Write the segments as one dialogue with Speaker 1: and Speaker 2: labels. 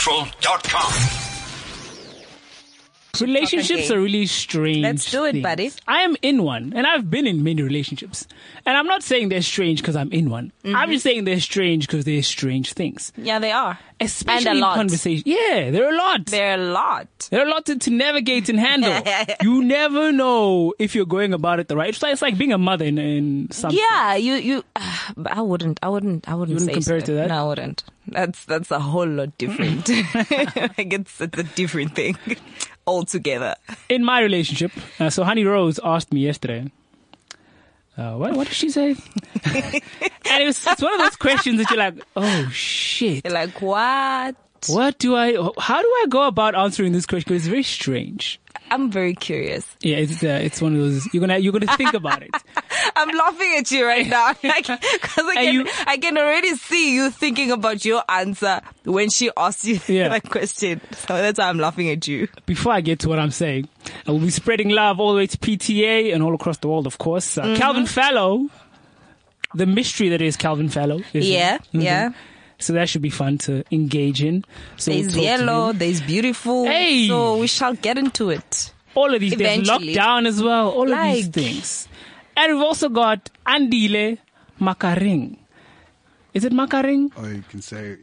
Speaker 1: CliffCentral.com.
Speaker 2: Relationships
Speaker 3: Okay.
Speaker 2: are really strange.
Speaker 3: Let's do it,
Speaker 2: things.
Speaker 3: buddy.
Speaker 2: I am in one, and I've been in many relationships. And I'm not saying they're strange because I'm in one.
Speaker 3: Mm-hmm.
Speaker 2: I'm just saying they're strange because they're strange things.
Speaker 3: Yeah, they are.
Speaker 2: Especially
Speaker 3: and a lot.
Speaker 2: in conversation. Yeah, there are a lot.
Speaker 3: They're a lot.
Speaker 2: There are a lot to, to navigate and handle. you never know if you're going about it the right. It's like, it's like being a mother in, in some.
Speaker 3: Yeah, you you. Uh, but I wouldn't. I wouldn't. I wouldn't,
Speaker 2: You wouldn't
Speaker 3: say
Speaker 2: compare it
Speaker 3: so.
Speaker 2: to that?
Speaker 3: No, I wouldn't. That's that's a whole lot different. like it's it's a different thing altogether.
Speaker 2: In my relationship, uh, so Honey Rose asked me yesterday. Uh, what, what did she say? and it was it's one of those questions that you're like, oh shit.
Speaker 3: You're like what?
Speaker 2: What do I? How do I go about answering this question? 'Cause it's very strange.
Speaker 3: I'm very curious.
Speaker 2: Yeah, it's uh, it's one of those you're gonna you're gonna think about it.
Speaker 3: I'm laughing at you right now because I
Speaker 2: And
Speaker 3: can
Speaker 2: you-
Speaker 3: I can already see you thinking about your answer when she asked you
Speaker 2: Yeah.
Speaker 3: that question. So that's why I'm laughing at you.
Speaker 2: Before I get to what I'm saying, I will be spreading love all the way to PTA and all across the world, of course.
Speaker 3: Mm-hmm.
Speaker 2: Uh, Calvin Fallow, the mystery that is Calvin Fallow. is it?
Speaker 3: Yeah,
Speaker 2: Mhm.
Speaker 3: yeah.
Speaker 2: So that should be fun to engage in. So we'll
Speaker 3: There's
Speaker 2: talk to
Speaker 3: yellow.
Speaker 2: him.
Speaker 3: There's beautiful.
Speaker 2: Hey.
Speaker 3: So we shall get into it.
Speaker 2: All of these things,
Speaker 3: Eventually.
Speaker 2: lockdown as well. All of these
Speaker 3: Like-
Speaker 2: things, and we've also got Andile Makaring. Is it Makaring?
Speaker 4: Or Oh, you can say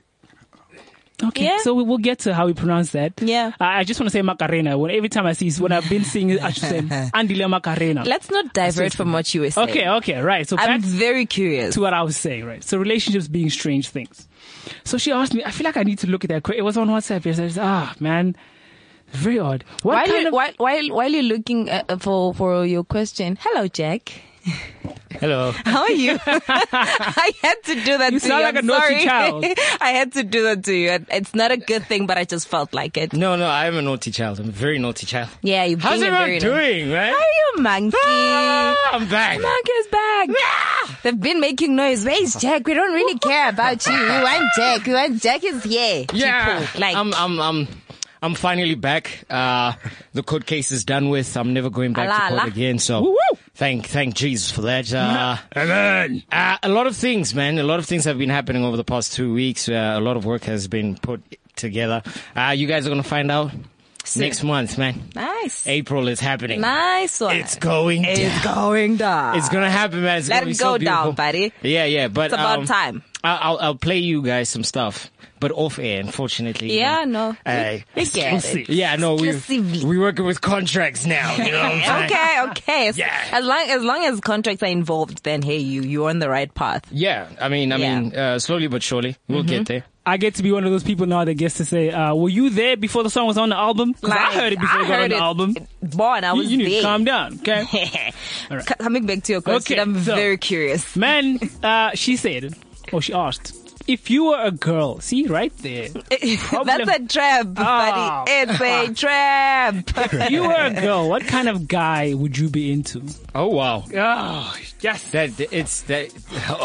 Speaker 2: Okay,
Speaker 3: Yeah.
Speaker 2: so we will get to how we pronounce that.
Speaker 3: Yeah.
Speaker 2: Uh, I just want to say Macarena. When, every time I see, when I've been seeing it, I should say Andile Macarena.
Speaker 3: Let's not divert from what you were saying.
Speaker 2: okay, okay, right. So
Speaker 3: I'm
Speaker 2: back
Speaker 3: very curious.
Speaker 2: to what I was saying, right? So relationships being strange things. So she asked me, I feel like I need to look at that. que- It was on WhatsApp. Yes, I said, ah, man, very odd. What
Speaker 3: While
Speaker 2: kind
Speaker 3: you,
Speaker 2: of-
Speaker 3: while, while, while you're looking uh, for, for your question, hello, Jack.
Speaker 2: Hello.
Speaker 3: How are you? I had to do that
Speaker 2: You
Speaker 3: to
Speaker 2: sound
Speaker 3: you.
Speaker 2: like
Speaker 3: I'm
Speaker 2: a naughty
Speaker 3: sorry.
Speaker 2: child.
Speaker 3: I had to do that to you. And It's not a good thing, but I just felt like it.
Speaker 5: No, no, I'm a naughty child. I'm a very naughty child.
Speaker 3: Yeah, you're
Speaker 5: How's
Speaker 3: being a very
Speaker 5: everyone doing,
Speaker 3: How
Speaker 5: right?
Speaker 3: are you, monkey?
Speaker 5: Ah, I'm back.
Speaker 3: Monkey is back.
Speaker 2: Ah!
Speaker 3: They've been making noise. Where's Jack? We don't really care about you. We want Jack. We want Jack is here.
Speaker 5: Yeah,
Speaker 3: People, Like,
Speaker 2: Um, uh,
Speaker 5: I'm, I'm, I'm, I'm finally back. Uh, the court case is done with. I'm never going back
Speaker 3: Allah,
Speaker 5: to court
Speaker 3: Allah.
Speaker 5: again. So
Speaker 2: Woo-woo.
Speaker 5: thank, thank Jesus for that. Uh, Uh, a lot of things, man. A lot of things have been happening over the past two weeks. Uh, a lot of work has been put together. Uh, you guys are gonna find out next month, man.
Speaker 3: nice.
Speaker 5: April is happening.
Speaker 3: Nice one.
Speaker 5: It's going. down.
Speaker 3: It's going down.
Speaker 5: It's gonna happen, man. It's
Speaker 3: Let
Speaker 5: gonna be
Speaker 3: it
Speaker 5: so
Speaker 3: go down,
Speaker 5: beautiful.
Speaker 3: buddy.
Speaker 5: Yeah, yeah, but
Speaker 3: It's about
Speaker 5: um,
Speaker 3: time.
Speaker 5: I- I'll I'll play you guys some stuff, but off air, unfortunately. you
Speaker 3: Yeah,
Speaker 5: know.
Speaker 3: no.
Speaker 5: Hey.
Speaker 3: We get it.
Speaker 5: yeah, no, we
Speaker 3: Exclusively.
Speaker 5: we working with contracts now. You know what I'm saying?
Speaker 3: Okay, okay. As-
Speaker 5: Yeah.
Speaker 3: As long as long as contracts are involved, then hey, you you're on the right path.
Speaker 5: Yeah, I mean, I mean, uh, slowly but surely, we'll
Speaker 2: Mm-hmm.
Speaker 5: get there.
Speaker 2: I get to be one of those people now that gets to say, uh, were you there before the song was on the album? 'Cause I
Speaker 3: Like,
Speaker 2: heard it before
Speaker 3: I
Speaker 2: it got on
Speaker 3: heard
Speaker 2: the album.
Speaker 3: Born, I
Speaker 2: You,
Speaker 3: was
Speaker 2: you need
Speaker 3: there.
Speaker 2: to calm down, okay?
Speaker 3: C- Coming back to your question,
Speaker 2: Okay,
Speaker 3: I'm
Speaker 2: so-
Speaker 3: very curious.
Speaker 2: Man, uh, she said, or she asked, if you were a girl, see right there,
Speaker 3: That's a trap,
Speaker 2: Ah.
Speaker 3: buddy. It's a trap.
Speaker 2: if you were a girl, what kind of guy would you be into?
Speaker 5: Oh wow,
Speaker 2: Oh, yes.
Speaker 5: that it's that.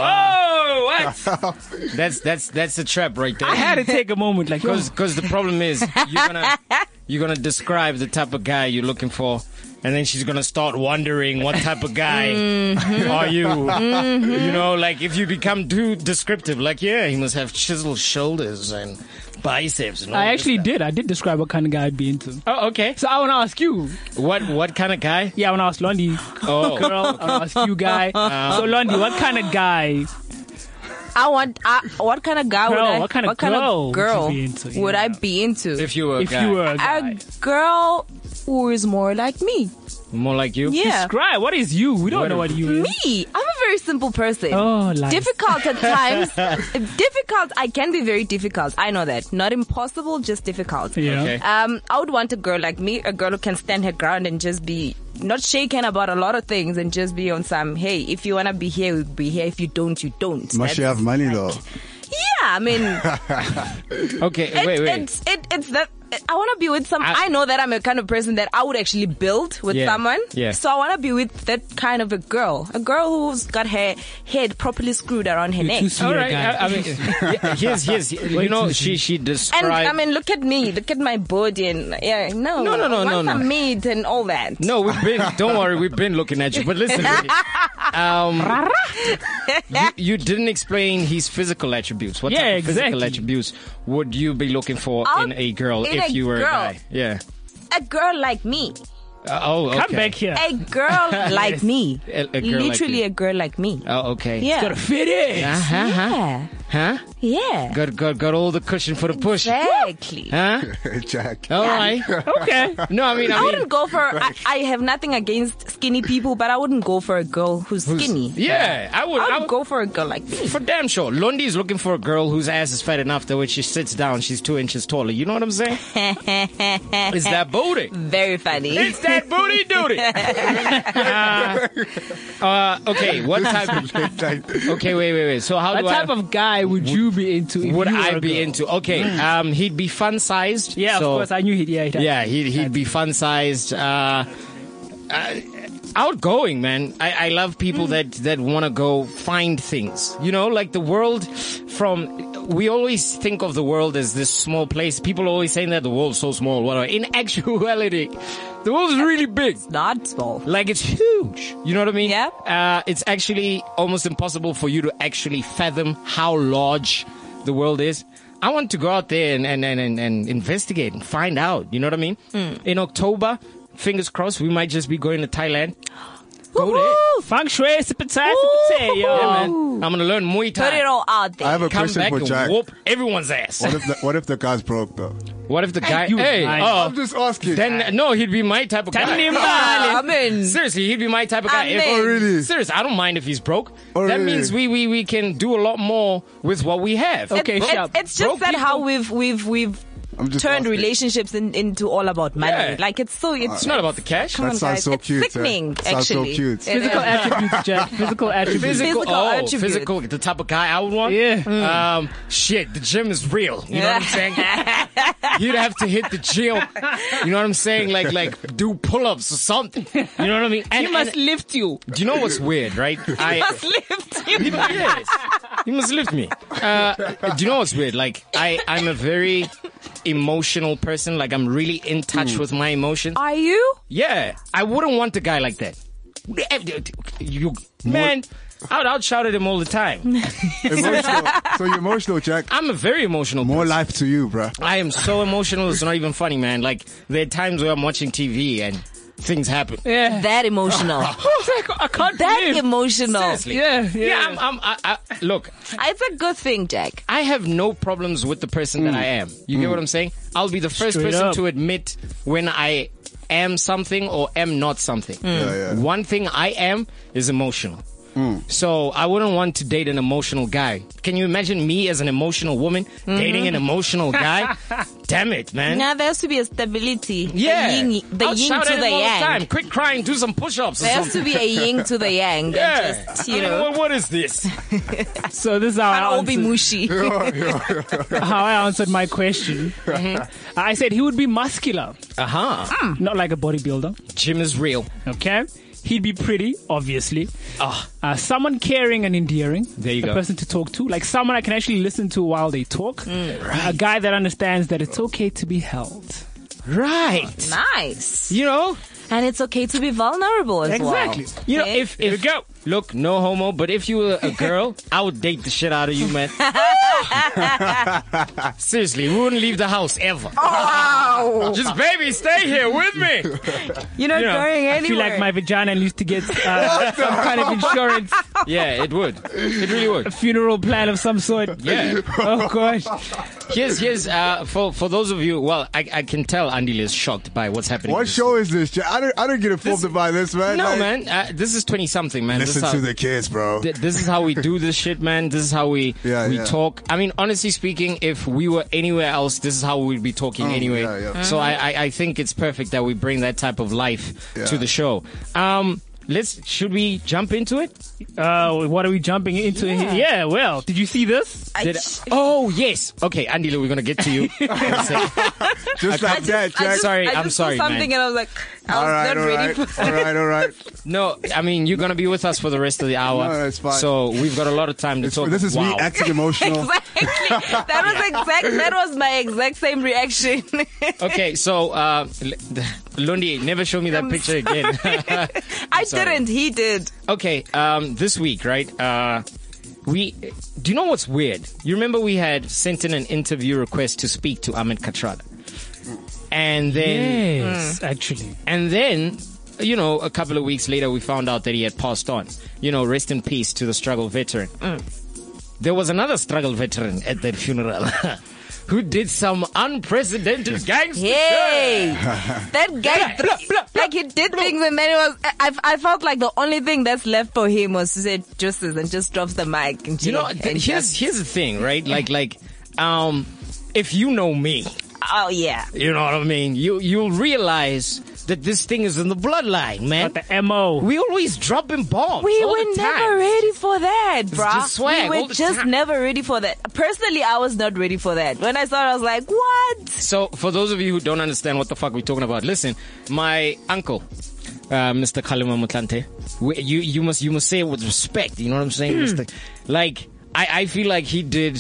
Speaker 2: Oh, what?
Speaker 5: That's that's that's a trap right there.
Speaker 2: I had to take a moment, like,
Speaker 5: Because
Speaker 2: oh,
Speaker 5: the problem is you're gonna you're gonna describe the type of guy you're looking for, and then she's gonna start wondering what type of guy
Speaker 2: Mm-hmm.
Speaker 5: are you. You know, like if you become too descriptive, like yeah, he must have chiseled shoulders and biceps. And all
Speaker 2: I
Speaker 5: this
Speaker 2: actually
Speaker 5: stuff.
Speaker 2: did. I did describe what kind of guy I'd be into.
Speaker 5: Oh, okay.
Speaker 2: So I want to ask you.
Speaker 5: What what kind of guy?
Speaker 2: Yeah, I want to ask Londi,
Speaker 5: Oh,
Speaker 2: girl. I want to ask you, guy.
Speaker 5: Uh-huh.
Speaker 2: so Londi, what kind of guy?
Speaker 3: I want. I, what kind of guy would
Speaker 2: Girl,
Speaker 3: I?
Speaker 2: what kind of girl would
Speaker 3: girl
Speaker 2: you be into?
Speaker 3: would I
Speaker 2: Yeah.
Speaker 3: be into?
Speaker 5: if you were a
Speaker 2: if
Speaker 5: guy,
Speaker 2: you were a guy,
Speaker 3: a girl who is more like me.
Speaker 5: more like you.
Speaker 3: Yeah.
Speaker 2: describe what is you. We don't
Speaker 5: What
Speaker 2: know what
Speaker 5: a-
Speaker 2: you. Is.
Speaker 3: me. I'm a very simple person.
Speaker 2: Oh, lies.
Speaker 3: difficult at times. difficult. I can be very difficult. I know that. Not impossible, just difficult.
Speaker 2: Yeah.
Speaker 5: Okay.
Speaker 3: Um, I would want a girl like me, a girl who can stand her ground and just be not shaken about a lot of things and just be on some. Hey, if you wanna be here, we'll be here. If you don't, you don't.
Speaker 4: must you
Speaker 3: That's-
Speaker 4: have money though?
Speaker 3: Yeah, I mean.
Speaker 5: Okay.
Speaker 3: It-
Speaker 5: wait. Wait.
Speaker 3: It's, it, it's that. I want to be with some.
Speaker 5: I-
Speaker 3: I, know that I'm a kind of person that I would actually build with
Speaker 5: Yeah,
Speaker 3: someone.
Speaker 5: yeah.
Speaker 3: So I want to be with that kind of a girl, a girl who's got her head properly screwed around her
Speaker 2: You're
Speaker 3: neck.
Speaker 2: too sweet
Speaker 5: All
Speaker 2: a
Speaker 5: right.
Speaker 2: guy.
Speaker 5: I, I mean, yeah, here's here's you know she she described.
Speaker 3: And I mean, look at me, look at my body, and yeah, no,
Speaker 5: No, no, no,
Speaker 3: I want
Speaker 5: no, no.
Speaker 3: some meat and all that.
Speaker 5: No, we've been. Don't worry, we've been looking at you. But listen, um, you, you didn't explain his physical attributes. What
Speaker 2: Yeah,
Speaker 5: type of physical
Speaker 2: exactly.
Speaker 5: attributes would you be looking for
Speaker 3: I'll-
Speaker 5: in a girl
Speaker 3: in
Speaker 5: if
Speaker 3: a
Speaker 5: you were
Speaker 3: girl.
Speaker 5: a guy? Yeah.
Speaker 3: A girl like me.
Speaker 5: Uh, oh, okay.
Speaker 2: Come back here.
Speaker 3: A girl like me.
Speaker 5: A- a girl like
Speaker 3: Literally
Speaker 5: you.
Speaker 3: a girl like me.
Speaker 5: Oh, okay.
Speaker 3: Yeah.
Speaker 2: Gotta fit in.
Speaker 5: Uh, huh, huh,
Speaker 3: Yeah.
Speaker 5: huh?
Speaker 3: Yeah.
Speaker 5: Got, got, got all the cushion for the push.
Speaker 3: Exactly.
Speaker 5: Huh?
Speaker 1: Jack.
Speaker 5: All right.
Speaker 2: Okay.
Speaker 5: No, I mean, I
Speaker 3: I
Speaker 5: mean,
Speaker 3: wouldn't go for. I, I have nothing against skinny people, but I wouldn't go for a girl who's skinny.
Speaker 5: yeah, I would,
Speaker 3: I
Speaker 5: I
Speaker 3: would
Speaker 5: would
Speaker 3: go for a girl like me.
Speaker 5: for damn sure. Lundy is looking for a girl whose ass is fat enough that when she sits down, she's two inches taller. You know what I'm saying? It's that booty.
Speaker 3: Very funny.
Speaker 5: It's that booty duty. uh, okay, what type? Of, okay, wait, wait, wait. So how
Speaker 2: What
Speaker 5: do
Speaker 2: type
Speaker 5: I?
Speaker 2: of guy would, you be into? If
Speaker 5: would
Speaker 2: you were
Speaker 5: I
Speaker 2: a
Speaker 5: be
Speaker 2: girl? Mm.
Speaker 5: into? Okay, um, he'd be fun sized.
Speaker 2: Yeah, of course. I knew he'd. Yeah, he'd
Speaker 5: yeah, he'd he'd be fun sized. Uh, uh, outgoing man i, I love people that that want to go find things you know like the world from we always think of the world as this small place people are always saying that the world's so small whatever in actuality the world's really big
Speaker 3: Not small.
Speaker 5: like it's huge. You know what I mean?
Speaker 3: Yeah.
Speaker 5: Uh, it's actually almost impossible for you to actually fathom how large the world is. I want to go out there and, and, and, and, and investigate and find out. You know what I mean?
Speaker 3: Hmm.
Speaker 5: In October, fingers crossed, we might just be going to Thailand. Go there.
Speaker 3: Woo!
Speaker 2: Fang shui, sipitai, sipitai,
Speaker 3: Ooh.
Speaker 2: yo.
Speaker 5: Yeah, man. I'm going to learn Muay Thai.
Speaker 3: Put it all out there.
Speaker 1: I have a
Speaker 5: Come
Speaker 1: question
Speaker 5: back
Speaker 1: for
Speaker 5: and
Speaker 1: Jack.
Speaker 5: whoop everyone's ass.
Speaker 1: What if, the, what if the guy's broke though?
Speaker 5: What if the guy?
Speaker 2: you
Speaker 5: hey,
Speaker 2: lying.
Speaker 5: oh,
Speaker 1: I'm just asking.
Speaker 5: then no, he'd be my type of guy.
Speaker 2: Tell him
Speaker 3: Yeah,
Speaker 2: about
Speaker 3: I
Speaker 2: it.
Speaker 3: mean,
Speaker 5: Seriously, he'd be my type of guy.
Speaker 3: Amen.
Speaker 5: If-
Speaker 3: Oh,
Speaker 1: really?
Speaker 5: Seriously, I don't mind if he's broke.
Speaker 1: Oh,
Speaker 5: that
Speaker 1: really?
Speaker 5: means we, we we can do a lot more with what we have.
Speaker 2: Okay,
Speaker 3: it's,
Speaker 2: sharp.
Speaker 3: it's just
Speaker 5: Broke
Speaker 3: that
Speaker 5: people-
Speaker 3: how we've we've we've
Speaker 1: I'm just
Speaker 3: turned
Speaker 1: asking.
Speaker 3: relationships in, into all about money.
Speaker 5: Yeah.
Speaker 3: Like it's so it's
Speaker 5: It's not about the cash.
Speaker 3: Come
Speaker 1: That
Speaker 3: on,
Speaker 1: sounds
Speaker 3: guys.
Speaker 1: so
Speaker 3: it's
Speaker 1: cute, eh?
Speaker 3: Sickening,
Speaker 1: Sounds so
Speaker 3: actually.
Speaker 1: cute.
Speaker 3: It
Speaker 2: Physical
Speaker 3: is.
Speaker 2: attributes, Jack. Physical attributes.
Speaker 3: Physical
Speaker 5: oh,
Speaker 3: attributes.
Speaker 5: physical, the type of guy I would want.
Speaker 2: Yeah.
Speaker 5: Um, shit, the gym is real. You know what I'm saying? You'd have to hit the gym. You know what I'm saying? Like like do pull-ups or something. You know what I mean? And,
Speaker 2: He must
Speaker 5: and-
Speaker 2: lift you.
Speaker 5: do you know what's weird, right? I,
Speaker 3: Must lift you.
Speaker 5: yes. You must lift me. Uh, do you know what's weird? Like, I, I'm a very emotional person. Like, I'm really in touch with my emotions.
Speaker 3: Are you?
Speaker 5: Yeah. I wouldn't want a guy like that. You, man, I'd outshout at him all the time.
Speaker 1: Emotional. so you're emotional, Jack.
Speaker 5: I'm a very emotional
Speaker 1: More
Speaker 5: person.
Speaker 1: life to you, bruh.
Speaker 5: I am so emotional, it's not even funny, man. Like, there are times where I'm watching TV and things happen.
Speaker 2: Yeah.
Speaker 3: That emotional.
Speaker 2: I can't
Speaker 3: that
Speaker 2: believe.
Speaker 3: emotional.
Speaker 5: Seriously.
Speaker 2: Yeah, yeah.
Speaker 5: Yeah, I'm, I'm, I, I, look,
Speaker 3: It's a good thing, Jack.
Speaker 5: I have no problems with the person that I am. You get what I'm saying? I'll be the first
Speaker 2: Straight
Speaker 5: person
Speaker 2: up.
Speaker 5: to admit when I am something or am not something.
Speaker 1: Yeah, yeah.
Speaker 5: One thing I am is emotional. So I wouldn't want to date an emotional guy. Can you imagine me as an emotional woman
Speaker 3: Mm-hmm.
Speaker 5: dating an emotional guy? Damn it, man.
Speaker 3: Now there has to be a stability.
Speaker 5: Yeah.
Speaker 3: The yin, the
Speaker 5: I'll
Speaker 3: yin
Speaker 5: shout
Speaker 3: to
Speaker 5: at
Speaker 3: the
Speaker 5: him all
Speaker 3: yang.
Speaker 5: the time. Quit crying, do some push-ups or
Speaker 3: There has
Speaker 5: something.
Speaker 3: to be a yin to the yang. and
Speaker 5: Yeah.
Speaker 3: Just, you
Speaker 5: I mean,
Speaker 3: know.
Speaker 5: what- what is this?
Speaker 2: So this is how
Speaker 3: I'll
Speaker 2: I,
Speaker 3: be
Speaker 2: answered,
Speaker 3: mushy.
Speaker 2: how I answered my question. I said he would be muscular,
Speaker 5: Uh-huh.
Speaker 2: not like a bodybuilder.
Speaker 5: Jim is real.
Speaker 2: Okay, he'd be pretty, obviously.
Speaker 5: Ah.
Speaker 2: Uh, someone caring and endearing.
Speaker 5: There you
Speaker 2: a
Speaker 5: go.
Speaker 2: person to talk to, like someone I can actually listen to while they talk.
Speaker 5: Mm,
Speaker 2: A guy that understands that it's okay to be held.
Speaker 5: Right.
Speaker 3: nice.
Speaker 5: You know?
Speaker 3: And it's okay to be vulnerable as
Speaker 2: Exactly.
Speaker 3: well.
Speaker 5: You know,
Speaker 3: Okay?
Speaker 5: if if go. look, no homo, but if you were a girl, I would date the shit out of you, man. Seriously, we wouldn't leave the house ever.
Speaker 1: Oh.
Speaker 5: Just baby, stay here with me.
Speaker 3: You're not
Speaker 5: you know,
Speaker 3: going
Speaker 2: I
Speaker 3: anywhere.
Speaker 2: feel like my vagina needs to get uh, some kind of insurance,
Speaker 5: Yeah, it would. It really would.
Speaker 2: funeral plan of some sort.
Speaker 5: Yeah.
Speaker 2: Oh gosh.
Speaker 5: Here's here's uh for for those of you. Well, I I can tell Andile is shocked by what's happening.
Speaker 1: What
Speaker 5: This-
Speaker 1: show is this, Jack? I don't, I don't get informed by this, man.
Speaker 5: No,
Speaker 1: Like,
Speaker 5: man. Uh, this is twenty something, man. this
Speaker 1: Listen
Speaker 5: is how,
Speaker 1: to the kids, bro.
Speaker 5: th- this is how we do this shit, man. This is how we
Speaker 1: Yeah,
Speaker 5: we
Speaker 1: yeah.
Speaker 5: talk. I mean, honestly speaking, if we were anywhere else, this is how we'd be talking anyway.
Speaker 1: Oh, yeah, yeah.
Speaker 5: So
Speaker 3: Mm-hmm.
Speaker 5: I, I I think it's perfect that we bring that type of life
Speaker 1: Yeah.
Speaker 5: to the show. Um, let's should we jump into it?
Speaker 2: Uh, what are we jumping into? Yeah.
Speaker 3: Yeah.
Speaker 2: Well, did you see this?
Speaker 3: I
Speaker 5: Did-
Speaker 3: sh-
Speaker 5: oh yes. Okay, Andile, we're gonna get to you.
Speaker 1: just like
Speaker 3: I
Speaker 1: that, Jack.
Speaker 3: just-
Speaker 5: sorry,
Speaker 3: I
Speaker 5: I'm
Speaker 3: just
Speaker 5: sorry,
Speaker 3: Saw something
Speaker 5: man.
Speaker 3: and I was like, I was
Speaker 1: all right,
Speaker 3: not
Speaker 1: all
Speaker 3: ready
Speaker 1: right,
Speaker 3: for
Speaker 1: all right, all right.
Speaker 5: No, I mean you're gonna be with us for the rest of the hour.
Speaker 1: No, that's fine.
Speaker 5: So we've got a lot of time to
Speaker 1: It's-
Speaker 5: talk.
Speaker 1: this is
Speaker 5: wow.
Speaker 1: me acting emotional.
Speaker 3: Exactly. That was exact. That was my exact same reaction.
Speaker 5: okay, so uh, L- Lundi, never show me that
Speaker 3: I'm
Speaker 5: picture again.
Speaker 3: I
Speaker 5: sorry.
Speaker 3: didn't. He did.
Speaker 5: okay, um, this week, right? Uh, we do you know what's weird? You remember we had sent in an interview request to speak to Ahmed Katrada, and then
Speaker 2: Yes,
Speaker 5: Mm.
Speaker 2: actually.
Speaker 5: and then you know a couple of weeks later we found out that he had passed on. You know, rest in peace to the struggle veteran. There was another struggle veteran at that funeral. Who did some unprecedented gangster shit.
Speaker 3: Hey, that guy,
Speaker 5: Blah, blah, blah,
Speaker 3: like he did things, and then he was. I, I- I felt like the only thing that's left for him was to say justice and just drops the mic. And
Speaker 5: You know,
Speaker 3: and
Speaker 5: th- here's
Speaker 3: just-
Speaker 5: here's the thing, right? Like like, um, if you know me,
Speaker 3: oh yeah,
Speaker 5: you know what I mean. You you'll realize that this thing is in the bloodline, man.
Speaker 2: But the MO.
Speaker 5: We always dropping bombs.
Speaker 3: we
Speaker 5: all
Speaker 3: were
Speaker 5: the time.
Speaker 3: never ready for that, bruh.
Speaker 5: just swag
Speaker 3: we
Speaker 5: all
Speaker 3: were
Speaker 5: the
Speaker 3: just
Speaker 5: time.
Speaker 3: never ready for that. Personally, I was not ready for that. When I saw it, I was like, what?
Speaker 5: So, for those of you who don't understand what the fuck we're talking about, listen. My uncle, uh, Mr. Kalima Mutlante, we, you you must you must say it with respect. You know what I'm saying? Mr. Like I I feel like he did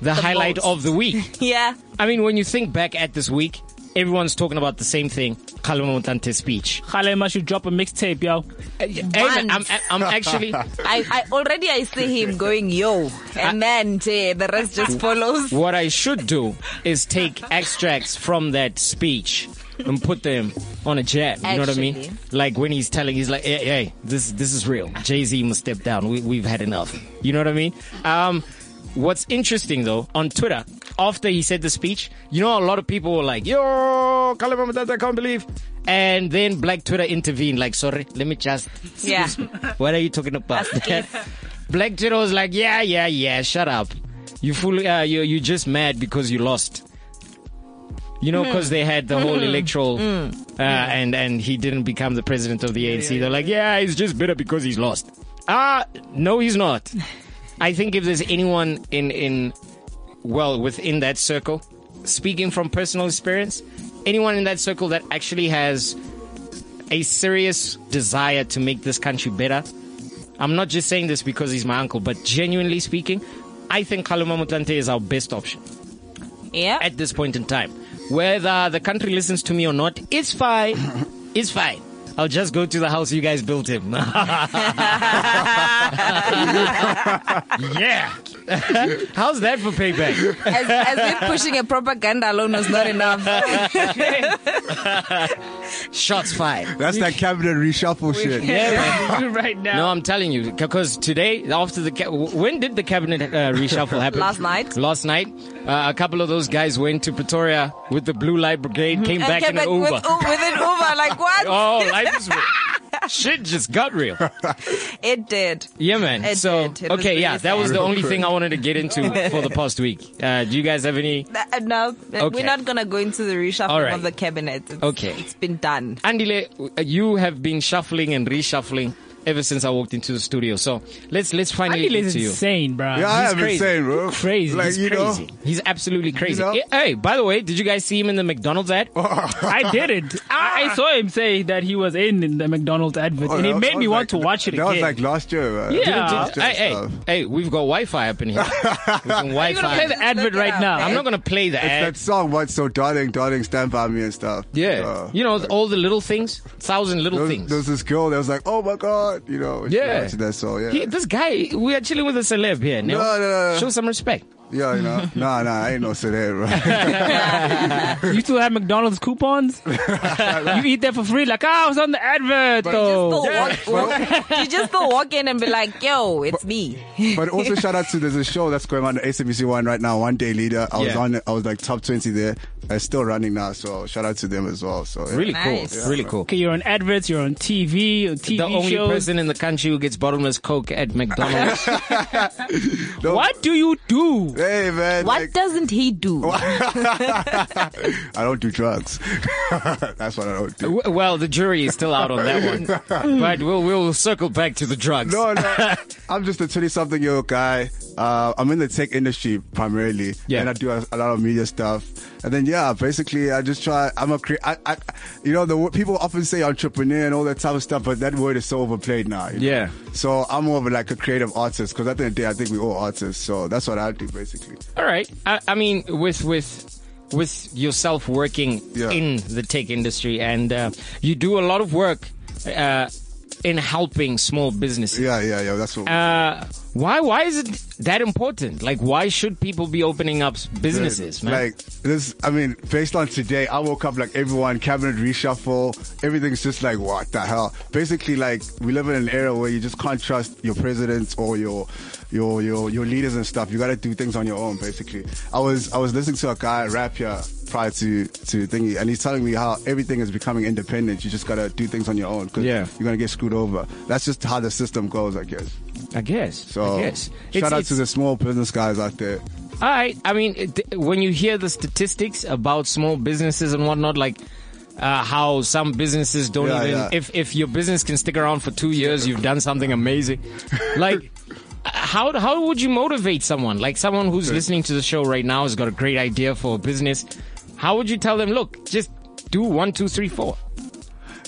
Speaker 5: the, highlight
Speaker 3: most.
Speaker 5: of the week.
Speaker 3: Yeah,
Speaker 5: I mean, when you think back at this week, everyone's talking about the same thing. Kaluma Mutante's speech.
Speaker 2: Khalema should drop a mixtape, yo.
Speaker 5: Uh, hey, man, I'm,
Speaker 3: Once.
Speaker 5: I'm actually,
Speaker 3: I, I already I see him going yo, and then eh, the rest just follows.
Speaker 5: what I should do is take extracts from that speech and put them on a jab. You know what I
Speaker 3: Actually.
Speaker 5: mean? Like when he's telling, he's like, hey, hey this, this is real. Jay-Z must step down. We, we've had enough. You know what I mean? Um, what's interesting though, on Twitter, after he said the speech, you know, a lot of people were like, yo, Kalima Mutante, I can't believe. And then Black Twitter intervened, like, sorry, let me just
Speaker 3: Yeah.
Speaker 5: What are you talking about? Black Twitter was like, yeah, yeah, yeah, shut up. You fool, uh, you, you just mad because you lost. You know, because they had the whole electoral, uh, and, and he didn't become the president of the ANC. They're like, yeah, he's just bitter because he's lost. Ah, no, he's not. I think if there's anyone in, in, well, within that circle, speaking from personal experience, anyone in that circle that actually has a serious desire to make this country better. I'm not just saying this because he's my uncle, but genuinely speaking, I think Kaluma Mutante is our best option
Speaker 3: Yeah,
Speaker 5: at this point in time. Whether the country listens to me or not, it's fine. It's fine. I'll just go to the house you guys built him. yeah. How's that for payback?
Speaker 3: as, as if pushing a propaganda alone was not enough.
Speaker 5: Shots fired.
Speaker 1: That's that cabinet reshuffle shit.
Speaker 5: Yeah, man.
Speaker 2: right now.
Speaker 5: No, I'm telling you, because today, after the ca- w- when did the cabinet uh, reshuffle happen?
Speaker 3: Last night.
Speaker 5: Last night, uh, a couple of those guys went to Pretoria with the Blue Light Brigade, came
Speaker 3: Mm-hmm. And
Speaker 5: back
Speaker 3: came
Speaker 5: in an Uber.
Speaker 3: With, U- with an Uber, like what?
Speaker 5: oh, life is real. Shit just got real.
Speaker 3: It did.
Speaker 5: Yeah, man.
Speaker 3: It
Speaker 5: so
Speaker 3: did. It was
Speaker 5: okay, yeah,
Speaker 3: really
Speaker 5: that was
Speaker 1: sad.
Speaker 5: the only thing I wanted to get into for the past week. Uh, do you guys have any?
Speaker 3: That- uh, No, uh,
Speaker 5: Okay.
Speaker 3: we're not gonna go into the reshuffling
Speaker 5: All right.
Speaker 3: of the cabinet. It's,
Speaker 5: Okay.
Speaker 3: it's been done.
Speaker 5: Andile, uh, you have been shuffling and reshuffling ever since I walked into the studio. So let's let's finally
Speaker 2: Andy
Speaker 5: get
Speaker 2: is
Speaker 5: to you.
Speaker 2: insane, bro.
Speaker 1: Yeah, I
Speaker 5: He's
Speaker 1: am
Speaker 5: crazy.
Speaker 1: insane, bro.
Speaker 2: Crazy.
Speaker 1: Like
Speaker 2: He's
Speaker 1: you
Speaker 5: Crazy. He's absolutely crazy.
Speaker 1: know? Oh,
Speaker 5: Eh, Hey, by the way, did you guys see him in the McDonald's ad?
Speaker 2: I didn't. I, I saw him say that he was in, in the McDonald's advert,
Speaker 1: know,
Speaker 2: and it
Speaker 1: Oh, that-
Speaker 2: made
Speaker 1: that
Speaker 2: me
Speaker 1: was
Speaker 2: want to
Speaker 1: like-
Speaker 2: watch it
Speaker 1: That was
Speaker 2: again.
Speaker 1: like last year, man.
Speaker 2: Yeah.
Speaker 5: Did-
Speaker 1: Just
Speaker 5: hey, hey,
Speaker 1: stuff.
Speaker 5: hey, we've got Wi-Fi up in here. We can
Speaker 3: you gonna
Speaker 5: Wi-Fi.
Speaker 2: Play the advert
Speaker 3: Look it
Speaker 2: right
Speaker 3: up,
Speaker 2: now.
Speaker 5: I'm not gonna play the ad.
Speaker 1: That song, "What's So Darling, Darling, Stand By Me" and stuff. uh,
Speaker 5: Yeah, you know all the little things, thousand little
Speaker 1: There was,
Speaker 5: things.
Speaker 1: there was this girl that was like, "Oh my god," you know. she
Speaker 5: Yeah.
Speaker 1: watched that song. Yeah,
Speaker 5: He- this guy, we are chilling with a celeb here. Now.
Speaker 1: No, no, no.
Speaker 5: Show some respect.
Speaker 1: yeah, you know. nah, nah, I ain't no today, bro.
Speaker 2: You still have McDonald's coupons? you eat that for free? Like, ah, I was on the advert,
Speaker 3: You just
Speaker 5: Oh.
Speaker 2: though.
Speaker 3: still walk, walk- you just still walk in and be like, "Yo, it's me."
Speaker 1: but also shout out to there's a show that's going on the SABC One right now. One day leader. I was
Speaker 5: Yeah.
Speaker 1: on. I was like top twenty there. It's still running now. So shout out to them as well. So yeah.
Speaker 5: Really
Speaker 3: Nice.
Speaker 5: cool. really cool.
Speaker 2: Okay, you're on adverts, you're on TV, on TV
Speaker 5: The only
Speaker 2: shows.
Speaker 5: person in the country who gets bottomless coke at McDonald's.
Speaker 1: No,
Speaker 2: What do you do?
Speaker 1: Hey man,
Speaker 3: What
Speaker 1: like,
Speaker 3: doesn't he do?
Speaker 1: I don't do drugs. that's what I don't do.
Speaker 5: W- well, the jury is still out on that one, but we'll we'll circle back to the drugs.
Speaker 1: No, no. I'm just a 20 something year old guy. Uh, I'm in the tech industry primarily.
Speaker 5: Yeah.
Speaker 1: And I do a, a lot of media stuff. And then yeah, basically I just try. I'm a cre- I, I, you know, the wo- people often say entrepreneur and all that type of stuff, but that word is so overplayed now. you know?
Speaker 5: Yeah.
Speaker 1: So I'm more of a, like a creative artist because at the end of the day, I think we all artists. So that's what I do basically.
Speaker 5: All right. I, I mean, with with with yourself working
Speaker 1: Yeah.
Speaker 5: in the tech industry, and uh, you do a lot of work uh, in helping small businesses.
Speaker 1: Yeah, yeah, yeah. That's what.
Speaker 5: Uh, why why is it that important? Like, why should people be opening up businesses, man?
Speaker 1: Like this, I mean, based on today, I woke up like everyone, cabinet reshuffle, everything's just like what the hell. Basically, like we live in an era where you just can't trust your presidents or your your your your leaders and stuff. You got to do things on your own. Basically, I was I was listening to a guy rap here prior to to thingy, and he's telling me how everything is becoming independent. You just got to do things on your own because
Speaker 5: Yeah.
Speaker 1: you're gonna get screwed over. That's just how the system goes, I guess.
Speaker 5: I guess.
Speaker 1: So
Speaker 5: I guess.
Speaker 1: shout out to the small business guys out there.
Speaker 5: All right. I mean, it- when you hear the statistics about small businesses and whatnot, like uh, how some businesses don't
Speaker 1: Yeah,
Speaker 5: even
Speaker 1: yeah.
Speaker 5: if if your business can stick around for two years, you've done something amazing. Like. uh, How how would you motivate someone like someone who's listening to the show right now has got a great idea for a business? How would you tell them? Look, just do one, two, three, four.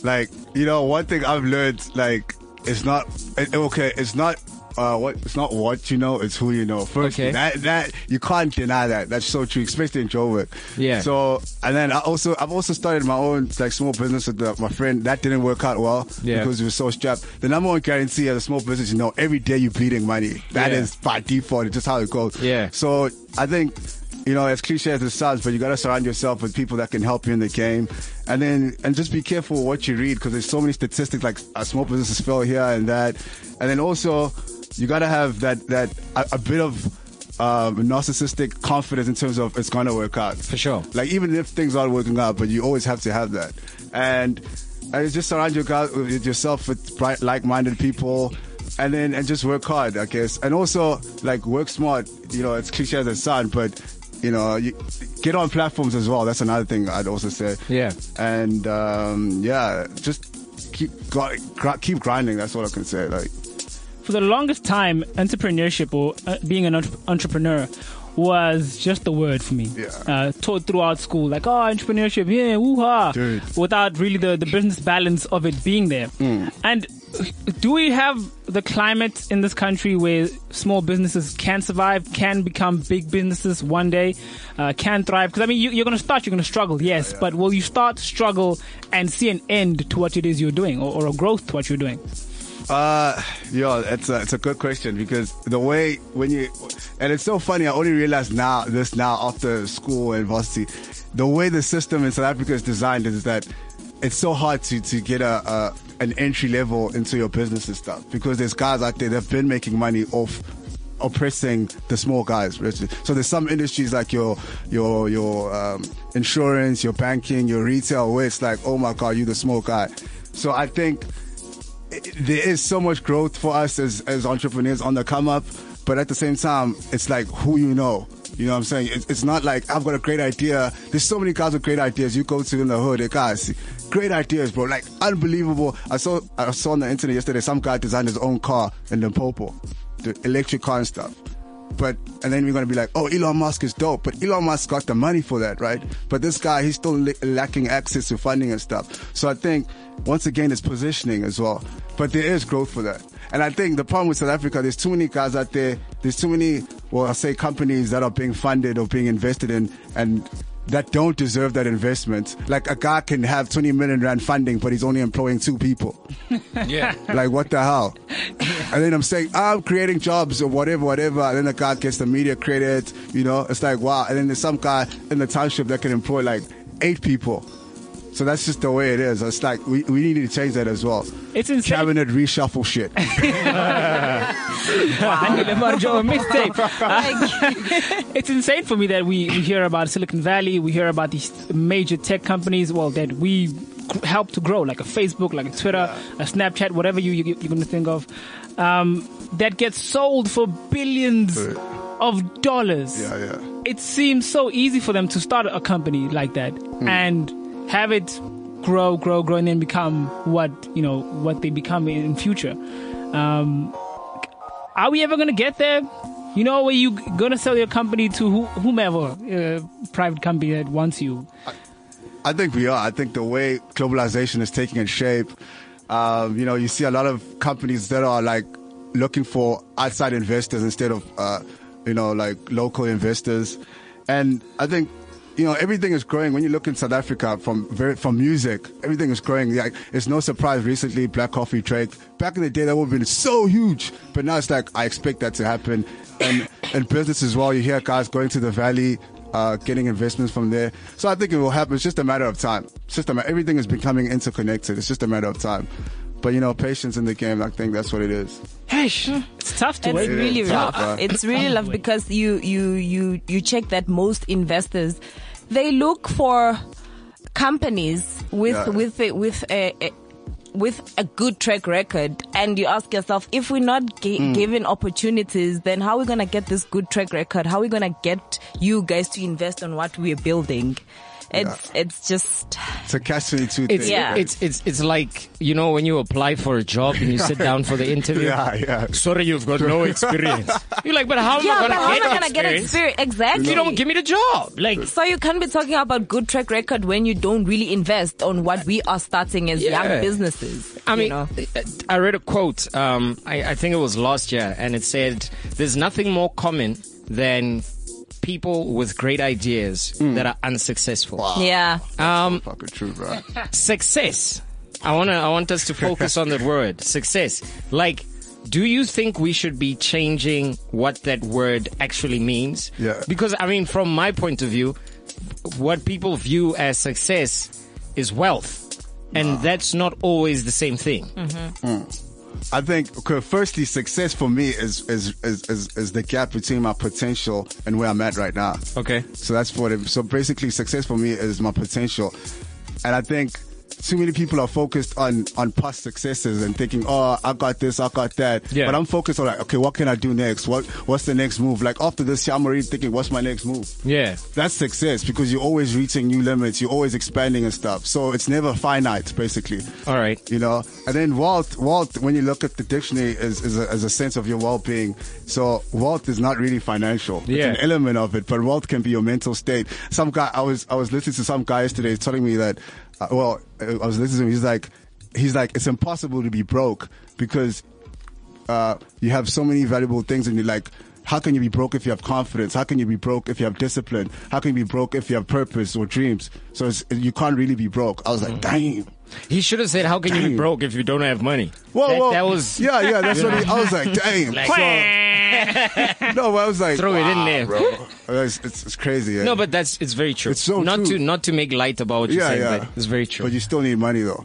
Speaker 1: like you know one thing i've learned like it's not it- okay it's not uh, what it's not what you know, it's who you know. First,
Speaker 5: Okay.
Speaker 1: that that you can't deny that. That's so true, especially in Joburg.
Speaker 5: Yeah.
Speaker 1: So and then I also I've also started my own like small business with the, my friend. That didn't work out well
Speaker 5: Yeah.
Speaker 1: because we were so strapped. The number one guarantee as a small business, you know, every day you're bleeding money. That is
Speaker 5: Yeah.
Speaker 1: by default. It's just how it goes.
Speaker 5: Yeah.
Speaker 1: So I think, you know, as cliche as it sounds, but you got to surround yourself with people that can help you in the game, and then and just be careful what you read because there's so many statistics like uh, small businesses fail here and that, and then also you got to have that that a, a bit of. Um, narcissistic confidence in terms of it's gonna work out
Speaker 5: For sure.
Speaker 1: like even if things aren't working out, but you always have to have that. And, and it's just surround your guys, with yourself with bright, like-minded people, and then and just work hard, I guess. And also like work smart. You know, it's cliche as it sounds, but you know, you, get on platforms as well. That's another thing I'd also say.
Speaker 5: Yeah.
Speaker 1: And um, yeah, just keep gri- gri- keep grinding. That's all I can say. Like
Speaker 2: for the longest time, entrepreneurship or uh, being an entre- entrepreneur was just the word for me.
Speaker 1: Yeah.
Speaker 2: Uh, taught throughout school, like, oh, entrepreneurship, yeah, woo ha.
Speaker 1: Dude.
Speaker 2: Without really the, the business balance of it being there.
Speaker 1: Mm.
Speaker 2: And do we have the climate in this country where small businesses can survive, can become big businesses one day, uh, can thrive? Because, I mean, you, you're going to start, you're going to struggle, yes, but will you start, struggle, and see an end to what it is you're doing or, or a growth to what you're doing?
Speaker 1: Uh, yo, it's a, it's a good question because the way when you, and it's so funny, I only realized now, this now after school and varsity, the way the system in South Africa is designed is that it's so hard to, to get a, a an entry level into your business and stuff because there's guys out there that have been making money off oppressing the small guys. basically. So there's some industries like your your your um, insurance, your banking, your retail, where it's like, oh my god, you're the small guy. So I think there is so much growth for us as, as entrepreneurs on the come up, but at the same time, it's like who you know. You know what I'm saying? It's, it's not like I've got a great idea. There's so many guys with great ideas. You go to in the hood, eh, guys, great ideas, bro. Like unbelievable. I saw I saw on the internet yesterday some guy designed his own car in Limpopo, the electric car and stuff. But and then we're gonna be like, oh, Elon Musk is dope, but Elon Musk got the money for that, right? But this guy, he's still la- lacking access to funding and stuff. So I think once again, it's positioning as well. But there is growth for that, and I think the problem with South Africa, there's too many guys out there. There's too many, well, I say companies that are being funded or being invested in, and that don't deserve that investment. Like a guy can have 20 million rand funding, but he's only employing two people.
Speaker 5: Yeah.
Speaker 1: Like what the hell? And then I'm saying "Ah, I'm creating jobs or whatever, whatever. And then the guy gets the media credit. You know, it's like wow. And then there's some guy in the township that can employ like eight people. So that's just the way it is. It's like we, we need to change that as well.
Speaker 2: It's insane.
Speaker 1: Cabinet reshuffle shit.
Speaker 2: Andy Lamar Joe mixtape. Uh, it's insane for me that we, we hear about Silicon Valley, we hear about these major tech companies, well, that we g- help to grow, like a Facebook, like a Twitter, a Snapchat, whatever you, you, you're going to think of, um, that gets sold for billions
Speaker 1: Right.
Speaker 2: of dollars.
Speaker 1: yeah, yeah.
Speaker 2: It seems so easy for them to start a company like that and have it grow, grow, grow, and then become what you know what they become in future. Um, are we ever going to get there? You know where you gonna sell your company to who, whomever uh, private company that wants you.
Speaker 1: I think we are. I think the way globalization is taking its shape, um, you know, you see a lot of companies that are like looking for outside investors instead of, uh, you know, like local investors. And I think, you know, everything is growing. When you look in South Africa from very, from music, everything is growing. Like, it's no surprise recently, Black Coffee Trade. Back in the day, that would have been so huge. But now it's like, I expect that to happen. And, and business as well, you hear guys going to the valley, uh, getting investments from there. So I think it will happen. It's just a matter of time. It's just a matter, everything is becoming interconnected. It's just a matter of time. But you know, patience in the game. I think that's what it is.
Speaker 2: Hey, it's tough to
Speaker 3: It's
Speaker 2: wait.
Speaker 3: really
Speaker 1: It's
Speaker 3: rough.
Speaker 1: tough, huh?
Speaker 3: It's really rough because you you you you check that most investors they look for companies with
Speaker 1: Yeah.
Speaker 3: with a, with a, a with a good track record and you ask yourself if we're not gi- given opportunities then how are we going to get this good track record how are we going to get you guys to invest on what we're building it's it's just
Speaker 1: It's a catch twenty two thing.
Speaker 5: It's,
Speaker 3: Yeah.
Speaker 5: it's it's it's like you know when you apply for a job and you sit down for the interview.
Speaker 1: Yeah, yeah.
Speaker 5: Sorry, you've got no experience. You're like, but how am
Speaker 3: yeah
Speaker 5: I
Speaker 3: but how am
Speaker 5: gonna
Speaker 3: I
Speaker 5: get
Speaker 3: going to get
Speaker 5: experience?
Speaker 3: experience exactly
Speaker 5: if you don't give me the job, like
Speaker 3: So you can't be talking about good track record when you don't really invest on what we are starting as
Speaker 5: Yeah.
Speaker 3: young businesses.
Speaker 5: I
Speaker 3: you
Speaker 5: mean,
Speaker 3: know?
Speaker 5: I read a quote. Um, I, I think it was last year, and it said, "There's nothing more common than people with great ideas
Speaker 3: Hmm.
Speaker 5: that are unsuccessful."
Speaker 3: yeah.
Speaker 5: Um,
Speaker 1: fucking true, bro.
Speaker 5: success. I want to. I want us to focus on that word, success. Like, do you think we should be changing what that word actually means?
Speaker 1: Yeah.
Speaker 5: Because I mean, from my point of view, what people view as success is wealth. And that's not always the same thing.
Speaker 1: I think. Okay, firstly, success for me is is, is is is the gap between my potential and where I'm at right now.
Speaker 5: Okay.
Speaker 1: So that's what it, so basically success for me is my potential. And I think too many people are focused on, on past successes and thinking, oh, I got this, I got that.
Speaker 5: Yeah.
Speaker 1: But I'm focused on like, okay, what can I do next? What, what's the next move? Like after this, I'm already thinking, what's my next move?
Speaker 5: Yeah.
Speaker 1: That's success because you're always reaching new limits. You're always expanding and stuff. So it's never finite, basically.
Speaker 5: All right.
Speaker 1: You know, and then wealth, wealth, when you look at the dictionary, is, is, a, is a sense of your well being. So wealth is not really financial.
Speaker 5: Yeah.
Speaker 1: It's an element of it, but wealth can be your mental state. Some guy, I was, I was listening to some guy yesterday telling me that, uh, well, uh, I was listening to him, he's like, he's like, it's impossible to be broke because uh, you have so many valuable things and you're like, how can you be broke if you have confidence? How can you be broke if you have discipline? How can you be broke if you have purpose or dreams? So it's, you can't really be broke. I was like, damn.
Speaker 5: He should have said, "How can you be
Speaker 1: Damn.
Speaker 5: broke if you don't have money?"
Speaker 1: Whoa,
Speaker 5: that,
Speaker 1: whoa.
Speaker 5: that was
Speaker 1: yeah, yeah. That's what he, I was like. Damn. So- no, but I was like,
Speaker 5: Throw it in
Speaker 1: wow,
Speaker 5: there.
Speaker 1: bro. It's, it's, it's crazy. Yeah.
Speaker 5: no, but that's it's very true.
Speaker 1: It's so
Speaker 5: not to
Speaker 1: true.
Speaker 5: not to make light about what you're
Speaker 1: yeah,
Speaker 5: saying,
Speaker 1: yeah.
Speaker 5: but it's very true.
Speaker 1: But you still need money though.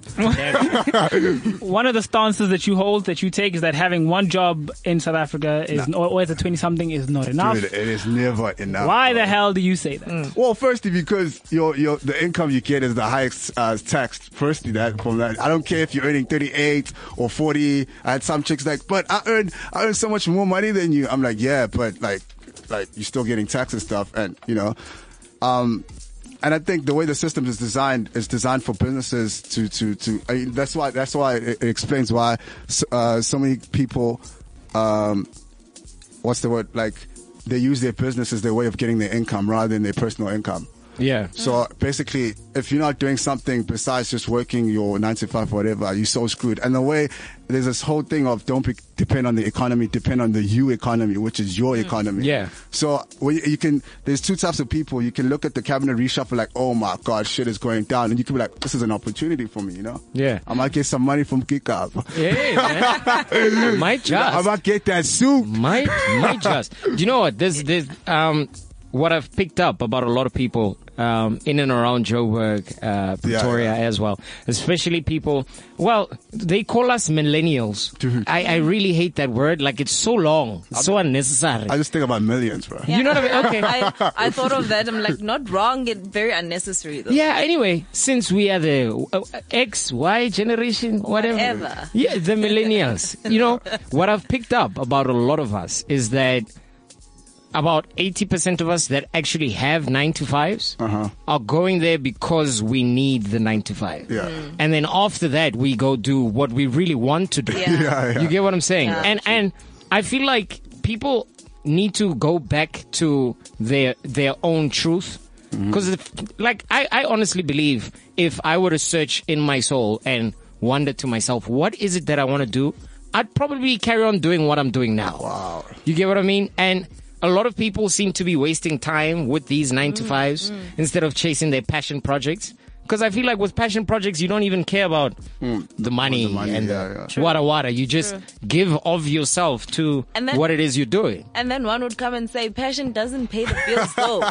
Speaker 2: One of the stances that you hold, that you take, is that having one job in South Africa is or, or as a twenty something is not enough.
Speaker 1: Dude, it is never enough.
Speaker 2: Why
Speaker 1: bro.
Speaker 2: the hell do you say that?
Speaker 1: Well, firstly, because your your the income you get is the highest uh, tax. Firstly, that from that, I don't care if you're earning 38 or 40. I had some chicks like, but I earn I earn so much more money than you. I'm like, yeah, but like like you're still getting tax and stuff, and you know, um, and I think the way the system is designed is designed for businesses to to to. I mean, that's why that's why it, it explains why so, uh, so many people. Um, what's the word like they use their business as their way of getting their income rather than their personal income
Speaker 5: yeah,
Speaker 1: so basically if you're not doing something besides just working your 9 to 5 or whatever you're so screwed and the way there's this whole thing of don't be, depend on the economy depend on the you economy which is your economy
Speaker 5: Mm. Yeah.
Speaker 1: so when you you can there's two types of people you can look at the cabinet reshuffle like oh my god shit is going down and you can be like this is an opportunity for me you know
Speaker 5: Yeah.
Speaker 1: i might get some money from Kikab
Speaker 5: yeah, man. my job.
Speaker 1: i might get that suit
Speaker 5: might might just. You know what? There's there's um what I've picked up about a lot of people um in and around Joburg, uh, Pretoria
Speaker 1: yeah.
Speaker 5: as well, especially people. Well, they call us millennials. I I really hate that word. Like it's so long, it's so unnecessary.
Speaker 1: i just think about millions bro
Speaker 5: You know what I mean? Okay.
Speaker 3: I, I thought of that. I'm like, not wrong. It very unnecessary though.
Speaker 5: yeah. Anyway, since we are the uh, X Y generation, whatever.
Speaker 3: Whatever.
Speaker 5: Yeah, the millennials. you know what I've picked up about a lot of us is that about 80% of us that actually have 9 to 5s
Speaker 1: Uh-huh.
Speaker 5: are going there because we need the 9 to 5.
Speaker 1: Yeah. Mm.
Speaker 5: And then after that we go do what we really want to do.
Speaker 3: Yeah.
Speaker 1: Yeah, yeah.
Speaker 5: You get what I'm saying?
Speaker 3: Yeah.
Speaker 5: And and I feel like people need to go back to their their own truth.
Speaker 1: Mm-hmm.
Speaker 5: Because, like, I, I honestly believe if I were to search in my soul and wonder to myself, what is it that I want to do? I'd probably carry on doing what I'm doing now. Wow. You get what I mean? And a lot of people seem to be wasting time with these nine to fives instead of chasing their passion projects. Because I feel like with passion projects, you don't even care about the money,
Speaker 1: Mm. money,
Speaker 5: and
Speaker 1: yeah, yeah.
Speaker 5: the wada wada. You just give of yourself to
Speaker 3: And then-
Speaker 5: what it is you're doing.
Speaker 3: And then one would come and say, Passion doesn't pay the bills, though.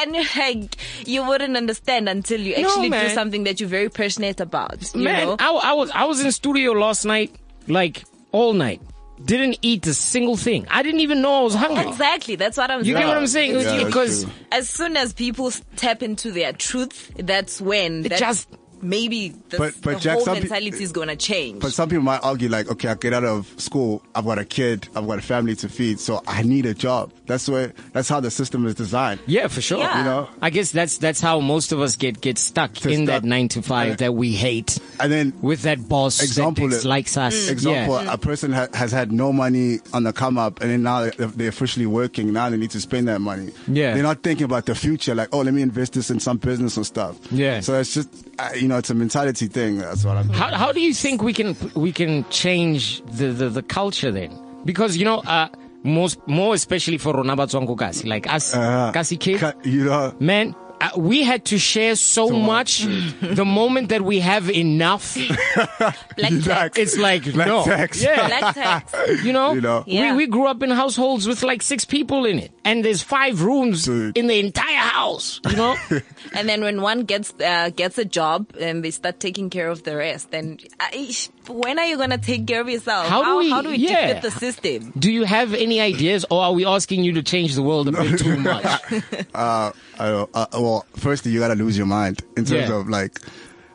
Speaker 3: and you're like, you wouldn't understand until you
Speaker 5: No,
Speaker 3: actually do
Speaker 5: man.
Speaker 3: something that you're very passionate about. You
Speaker 5: Man,
Speaker 3: know?
Speaker 5: I, I was I was in studio last night, like all night. Didn't eat a single thing. I didn't even know I was hungry.
Speaker 3: exactly. That's what I'm
Speaker 5: You
Speaker 3: saying.
Speaker 5: get what I'm saying?
Speaker 1: Yeah, that's
Speaker 5: because
Speaker 1: true.
Speaker 3: As soon as people s- tap into their truth, that's when that's
Speaker 5: just-
Speaker 3: maybe the,
Speaker 1: But- but
Speaker 3: the
Speaker 1: Jack,
Speaker 3: whole
Speaker 1: some pe-
Speaker 3: mentality is going to change.
Speaker 1: But some people might argue, like, okay, I get out of school, I've got a kid, I've got a family to feed, so I need a job. That's where, that's how the system is designed.
Speaker 5: yeah, for sure.
Speaker 3: Yeah. You
Speaker 1: know?
Speaker 5: I guess that's that's how most of us get get stuck
Speaker 1: To
Speaker 5: in
Speaker 1: stuck.
Speaker 5: that nine to five
Speaker 1: Yeah.
Speaker 5: that we hate
Speaker 1: And then,
Speaker 5: with that boss
Speaker 1: Example,
Speaker 5: that dislikes
Speaker 3: Mm.
Speaker 5: us.
Speaker 1: example,
Speaker 5: Yeah.
Speaker 1: a person ha- has had no money on the come up, and then now they're, they're officially working. Now they need to spend that money.
Speaker 5: Yeah.
Speaker 1: they're not thinking about the future. Like, oh, let me invest this in some business or stuff.
Speaker 5: Yeah.
Speaker 1: So it's just, uh, you know, it's a mentality thing. That's what I'm.
Speaker 5: How, how do you think we can we can change the, the, the culture then? Because you know, uh, most more especially for Ronaba Kasi, like us
Speaker 1: Uh,
Speaker 5: Kasi kid,
Speaker 1: ca- you know,
Speaker 5: man. Uh, we had to share so much. the moment that we have enough,
Speaker 3: Black tax.
Speaker 5: it's like no,
Speaker 1: tax.
Speaker 5: yeah,
Speaker 3: Black tax.
Speaker 5: you know,
Speaker 1: You know.
Speaker 3: Yeah.
Speaker 5: we, we grew up in households with like six people in it, and there's five rooms
Speaker 1: Dude.
Speaker 5: in the entire house. You know,
Speaker 3: And then when one gets uh, gets a job and they start taking care of the rest, then I, when are you gonna take care of yourself?
Speaker 5: How do we-
Speaker 3: how do we
Speaker 5: yeah.
Speaker 3: defeat the system?
Speaker 5: do you have any ideas, or are we asking you to change the world a bit too much?
Speaker 1: uh, I don't, uh, well, firstly, you gotta lose your mind in terms
Speaker 5: Yeah.
Speaker 1: of like.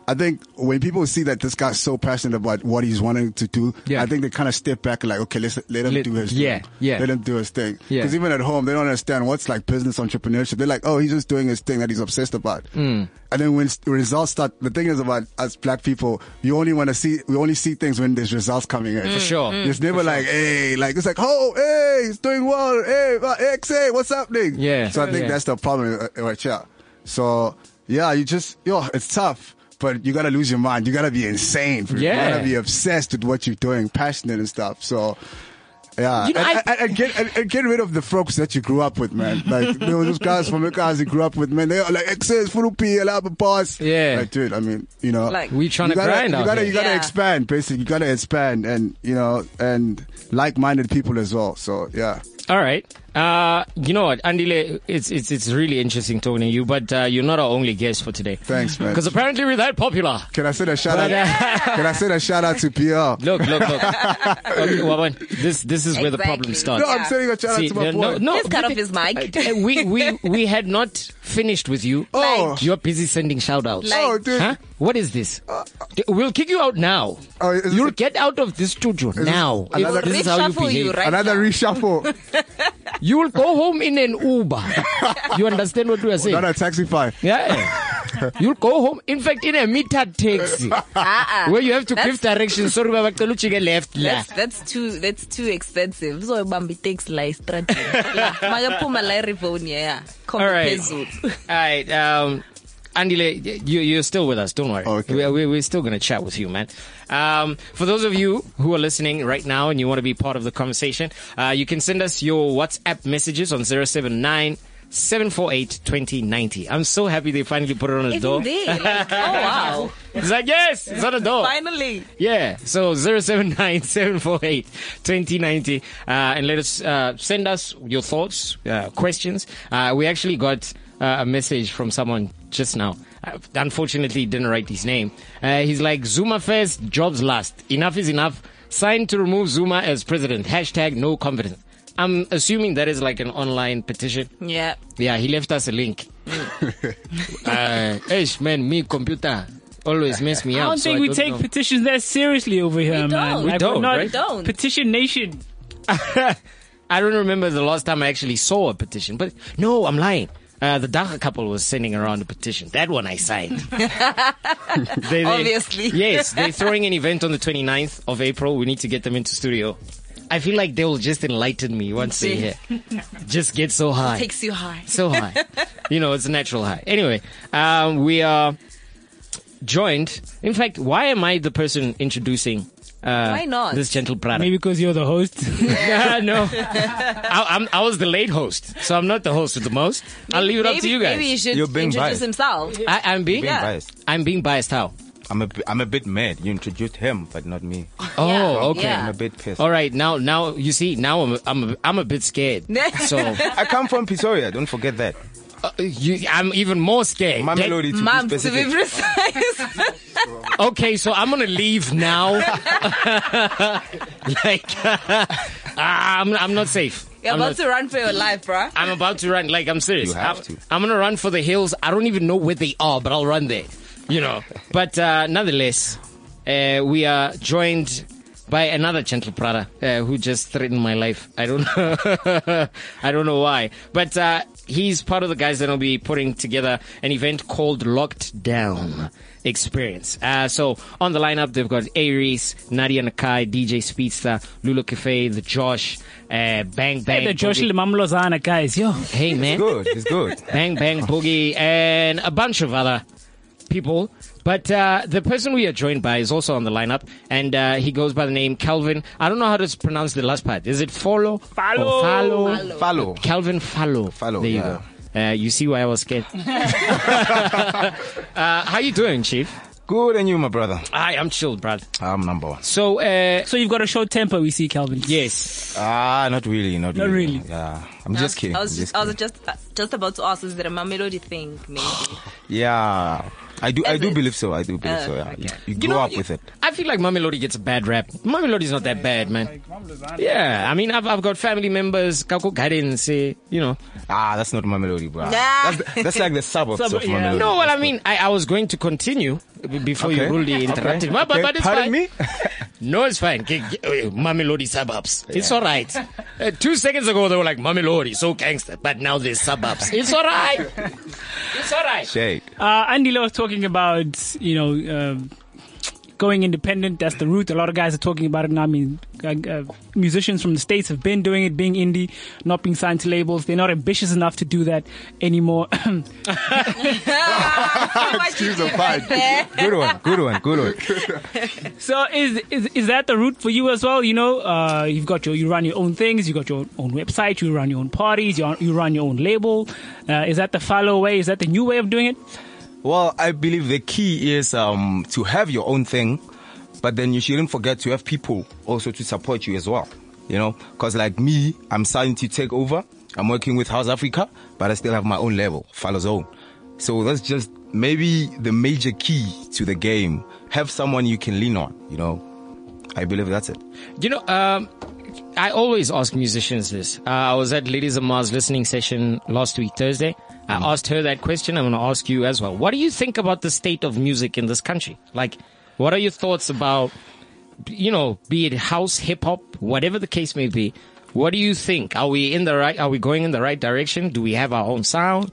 Speaker 1: I think when people see that this guy's so passionate about what he's wanting to do,
Speaker 5: Yeah.
Speaker 1: I think they kind of step back and like, okay, let's let him
Speaker 5: Let-
Speaker 1: do his
Speaker 5: yeah,
Speaker 1: thing.
Speaker 5: yeah.
Speaker 1: Let him do his thing.
Speaker 5: Yeah.
Speaker 1: Because even at home, they don't understand what's like business entrepreneurship. They're like, oh, he's just doing his thing that he's obsessed about.
Speaker 5: Mm.
Speaker 1: And then when s- results start, the thing is about us black people, you only want to see, we only see things when there's results coming in.
Speaker 5: For sure. mm.
Speaker 1: It's never like, hey, like, it's like, oh, hey, he's doing well. Hey, uh, X, hey, what's happening?
Speaker 5: Yeah.
Speaker 1: So I think
Speaker 5: Yeah.
Speaker 1: that's the problem uh, right here. So yeah, you just yo, it's tough, but you gotta lose your mind. You gotta be insane. For
Speaker 5: Yeah.
Speaker 1: You gotta be obsessed with what you're doing, passionate and stuff. So. Yeah,
Speaker 5: You know,
Speaker 1: and,
Speaker 5: I-
Speaker 1: and- and get and, and get rid of the folks that you grew up with, man. Like there were those guys from the guys you grew up with, man. They are like excess furupi, alaba boss.
Speaker 5: Yeah.
Speaker 1: like dude. I mean, you know,
Speaker 3: Like-
Speaker 5: We trying
Speaker 1: you
Speaker 5: to
Speaker 1: gotta,
Speaker 5: grind
Speaker 1: You
Speaker 5: out
Speaker 1: gotta,
Speaker 5: here.
Speaker 1: you gotta
Speaker 3: Yeah.
Speaker 1: expand. Basically, you gotta expand, and you know, and like-minded people as well. So yeah,
Speaker 5: All right. Uh, you know what, Andile, it's it's it's really interesting talking to you, but uh, you're not our only guest for today.
Speaker 1: Thanks, man.
Speaker 5: Because apparently we're that popular.
Speaker 1: Can I send a shout out?
Speaker 5: But, uh,
Speaker 1: Can I send a shout out to PR?
Speaker 5: Look, look, look. okay, Wawan, this this is where the problem
Speaker 3: Exactly.
Speaker 5: starts.
Speaker 1: No, I'm
Speaker 3: Yeah.
Speaker 1: sending a shout
Speaker 5: See,
Speaker 1: out to my
Speaker 5: no,
Speaker 1: boy.
Speaker 5: no, no,
Speaker 3: Just cut
Speaker 5: but
Speaker 3: off his mic.
Speaker 5: uh, we, we, we had not finished with you.
Speaker 1: Oh.
Speaker 5: You're busy sending shout outs.
Speaker 3: Like-
Speaker 1: oh, dude. Uh,
Speaker 5: Huh? What is this? We'll kick you out now.
Speaker 1: Oh, is this
Speaker 5: You'll
Speaker 1: a-
Speaker 5: get out of this studio now. If
Speaker 1: another-
Speaker 5: this is how you
Speaker 3: Reshuffle you
Speaker 5: behave.
Speaker 3: right
Speaker 1: Another
Speaker 3: now.
Speaker 1: reshuffle.
Speaker 5: You will go home in an Uber. you understand what we are saying?
Speaker 1: Another taxify.
Speaker 5: Yeah. You'll go home. In fact, in a meter taxi
Speaker 3: Uh-uh.
Speaker 5: where you have to
Speaker 3: that's,
Speaker 5: give directions. Sorry, Baba, call you left. la.
Speaker 3: that's that's too that's too expensive. So Bambi takes like strategy. Magapuma la rivoni yeah. Come
Speaker 5: All right.
Speaker 3: phezulu.
Speaker 5: All right. Um, Andile, you, you're still with us. Don't worry.
Speaker 1: Okay.
Speaker 5: We, we, we're still going to chat with you, man. Um, for those of you who are listening right now and you want to be part of the conversation, uh, you can send us your WhatsApp messages on 079 748 2090. I'm so happy they finally put it on the door.
Speaker 3: Isn't there? Like, oh wow!
Speaker 5: It's like, yes, it's on the door.
Speaker 3: Finally,
Speaker 5: Yeah, so 079 748 2090. Uh, and let us uh, send us your thoughts, uh, questions. Uh, we actually got uh, a message from someone just now. Uh, unfortunately, he didn't write his name. Uh, he's like, Zuma first, jobs last. Enough is enough. Sign to remove Zuma as president. Hashtag no confidence. I'm assuming that is like an online petition.
Speaker 3: yeah.
Speaker 5: Yeah, he left us a link. uh, ish, man, me computer always mess me
Speaker 2: I
Speaker 5: up.
Speaker 2: don't
Speaker 5: so
Speaker 2: think we
Speaker 5: don't
Speaker 2: take
Speaker 5: know.
Speaker 2: petitions that seriously over here, man.
Speaker 3: don't. We
Speaker 2: Like,
Speaker 5: don't,
Speaker 2: we're not
Speaker 5: right?
Speaker 3: Don't.
Speaker 2: Petition nation.
Speaker 5: I don't remember the last time I actually saw a petition, but no, I'm lying. Uh, the Dacha couple was sending around a petition. That one I signed. They- they-
Speaker 3: Obviously.
Speaker 5: yes, they're throwing an event on the 29th of April. We need to get them into studio. I feel like they will just enlighten me once they hear. Just get so high.
Speaker 3: Takes you high.
Speaker 5: so high. you know, it's a natural high. Anyway, um, we are joined. In fact, why am I the person introducing? Uh,
Speaker 3: Why not?
Speaker 5: This gentle product.
Speaker 2: Maybe because you're the host.
Speaker 5: Yeah, no. I, I'm, I was the late host, so I'm not the host of the most. I'll leave it
Speaker 3: maybe,
Speaker 5: up to you guys.
Speaker 3: Maybe he should
Speaker 4: You're being
Speaker 3: introduce
Speaker 4: biased.
Speaker 3: himself.
Speaker 5: I, I'm being,
Speaker 4: Being
Speaker 3: Yeah.
Speaker 4: biased.
Speaker 5: I'm being biased. How?
Speaker 4: I'm a, bi- I'm a bit mad. You introduced him, but not me.
Speaker 5: Oh,
Speaker 3: Yeah,
Speaker 5: okay.
Speaker 3: yeah.
Speaker 4: I'm a bit pissed.
Speaker 5: All right, now, now you see, now I'm, I'm, I'm a bit scared. so
Speaker 4: I come from Pisoria. Don't forget that.
Speaker 5: uh, you, I'm even more scared.
Speaker 4: My
Speaker 5: That-
Speaker 4: melody to
Speaker 3: Mom,
Speaker 4: be
Speaker 3: to be
Speaker 4: specific.
Speaker 3: precise.
Speaker 5: okay, so I'm gonna leave now. like, Ah, I'm, I'm not safe.
Speaker 3: You're
Speaker 5: I'm
Speaker 3: about
Speaker 5: not-
Speaker 3: to run for your life, bruh.
Speaker 5: I'm about to run. Like I'm serious.
Speaker 4: You have
Speaker 5: I'm,
Speaker 4: to.
Speaker 5: I'm gonna run for the hills. I don't even know where they are, but I'll run there. You know. But uh, nonetheless, uh, we are joined by another gentle brother uh, who just threatened my life. I don't know. I don't know why, but. Uh, He's part of the guys that'll be putting together an event called Locked Down Experience. Uh, so on the lineup, they've got Aries, Nadia Nakai, DJ Speedster, Lulu Cafe, the Josh, uh, Bang Bang.
Speaker 2: the Josh
Speaker 5: Boogie.
Speaker 2: Mamlozana guys, yo.
Speaker 5: Hey man,
Speaker 4: Good, it's good.
Speaker 5: Bang Bang Boogie, and a bunch of other people. But uh, the person we are joined by is also on the lineup, and uh, he goes by the name Calvin. I don't know how to pronounce the last part. Is it follow?
Speaker 2: Follow.
Speaker 5: Or follow.
Speaker 4: Follow.
Speaker 5: Calvin Follow.
Speaker 4: Follow,
Speaker 5: There you
Speaker 4: yeah.
Speaker 5: go. Uh, you see why I was scared. uh, how you doing, Chief?
Speaker 4: Good and you, my brother.
Speaker 5: I am chilled, Brad.
Speaker 4: I'm number one.
Speaker 5: So, uh,
Speaker 2: So you've got a short temper, we see, Calvin.
Speaker 5: yes,
Speaker 4: Ah, not really, not,
Speaker 2: Not
Speaker 4: really.
Speaker 2: really.
Speaker 4: Yeah, I'm
Speaker 3: I was-
Speaker 4: just kidding.
Speaker 3: I
Speaker 4: I'm
Speaker 3: was
Speaker 4: just
Speaker 3: just, I was
Speaker 4: kidding.
Speaker 3: just, uh, just about to ask, is there a Mamelodi thing, maybe?
Speaker 4: Yeah, I do. I
Speaker 3: Is
Speaker 4: do
Speaker 3: it?
Speaker 4: believe so. I do believe so. Yeah,
Speaker 3: okay.
Speaker 4: you, you
Speaker 5: You
Speaker 4: grow
Speaker 5: know,
Speaker 4: up
Speaker 5: you-
Speaker 4: with it.
Speaker 5: I feel like Mamelodi gets a bad rap. Mamelodi's not that bad, man. Yeah, I mean, I've, I've got family members, Kako Garden, say, you know.
Speaker 4: Ah, that's not my melody, bro.
Speaker 3: Nah.
Speaker 4: That's, the- that's like the suburbs
Speaker 2: Sub-
Speaker 4: of my
Speaker 2: yeah.
Speaker 4: melody.
Speaker 5: No, well, I mean, I, I was going to continue b- before you
Speaker 4: Okay.
Speaker 5: rudely interrupted. But, but,
Speaker 4: Okay,
Speaker 5: but it's
Speaker 4: Pardon
Speaker 5: fine.
Speaker 4: me.
Speaker 5: No, it's fine. G- g- uh, Mamelodi suburbs. It's all right. Uh, two seconds ago, they were like, Mamelodi, so gangster. But now there's suburbs. It's all right. It's all right.
Speaker 4: Shade.
Speaker 2: Uh, Andila was talking about, you know, um going independent. That's the route. A lot of guys are talking about it now. I mean, uh, uh, musicians from the States have been doing it, being indie, not being signed to labels. They're not ambitious enough to do that anymore.
Speaker 4: Excuse the pun. Good one. Good one. Good one.
Speaker 2: so is, is, is that the route for you as well? You know, uh, you've got your, you run your own things, you got your own website, you run your own parties, you, are- you run your own label. Uh, is that the follow way? Is that the new way of doing it?
Speaker 4: Well, I believe the key is um, to have your own thing, but then you shouldn't forget to have people also to support you as well. You know, because like me, I'm starting to take over. I'm working with House Africa, but I still have my own level, Follow Zone. So that's just maybe the major key to the game. Have someone you can lean on. You know, I believe that's it.
Speaker 5: You know, um, I always ask musicians this. Uh, I was at Ladies of Mars listening session last week, Thursday. I asked her that question. I'm going to ask you as well. What do you think about the state of music in this country? Like, what are your thoughts about, you know, be it house, hip hop, whatever the case may be? What do you think? Are we in the right? Are we going in the right direction? Do we have our own sound?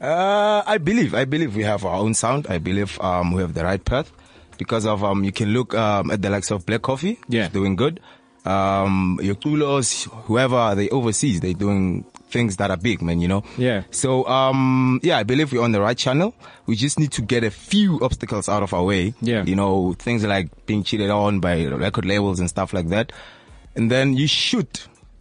Speaker 4: Uh, I believe, I believe we have our own sound. I believe um, we have the right path because of um, you can look um, at the likes of Black Coffee,
Speaker 5: Yeah.
Speaker 4: doing good. Um, your Kulos, whoever are they overseas, they doing things that are big, man. You know.
Speaker 5: Yeah.
Speaker 4: So um, yeah, I believe we're on the right channel. We just need to get a few obstacles out of our way.
Speaker 5: Yeah.
Speaker 4: You know, things like being cheated on by record labels and stuff like that. And then you should,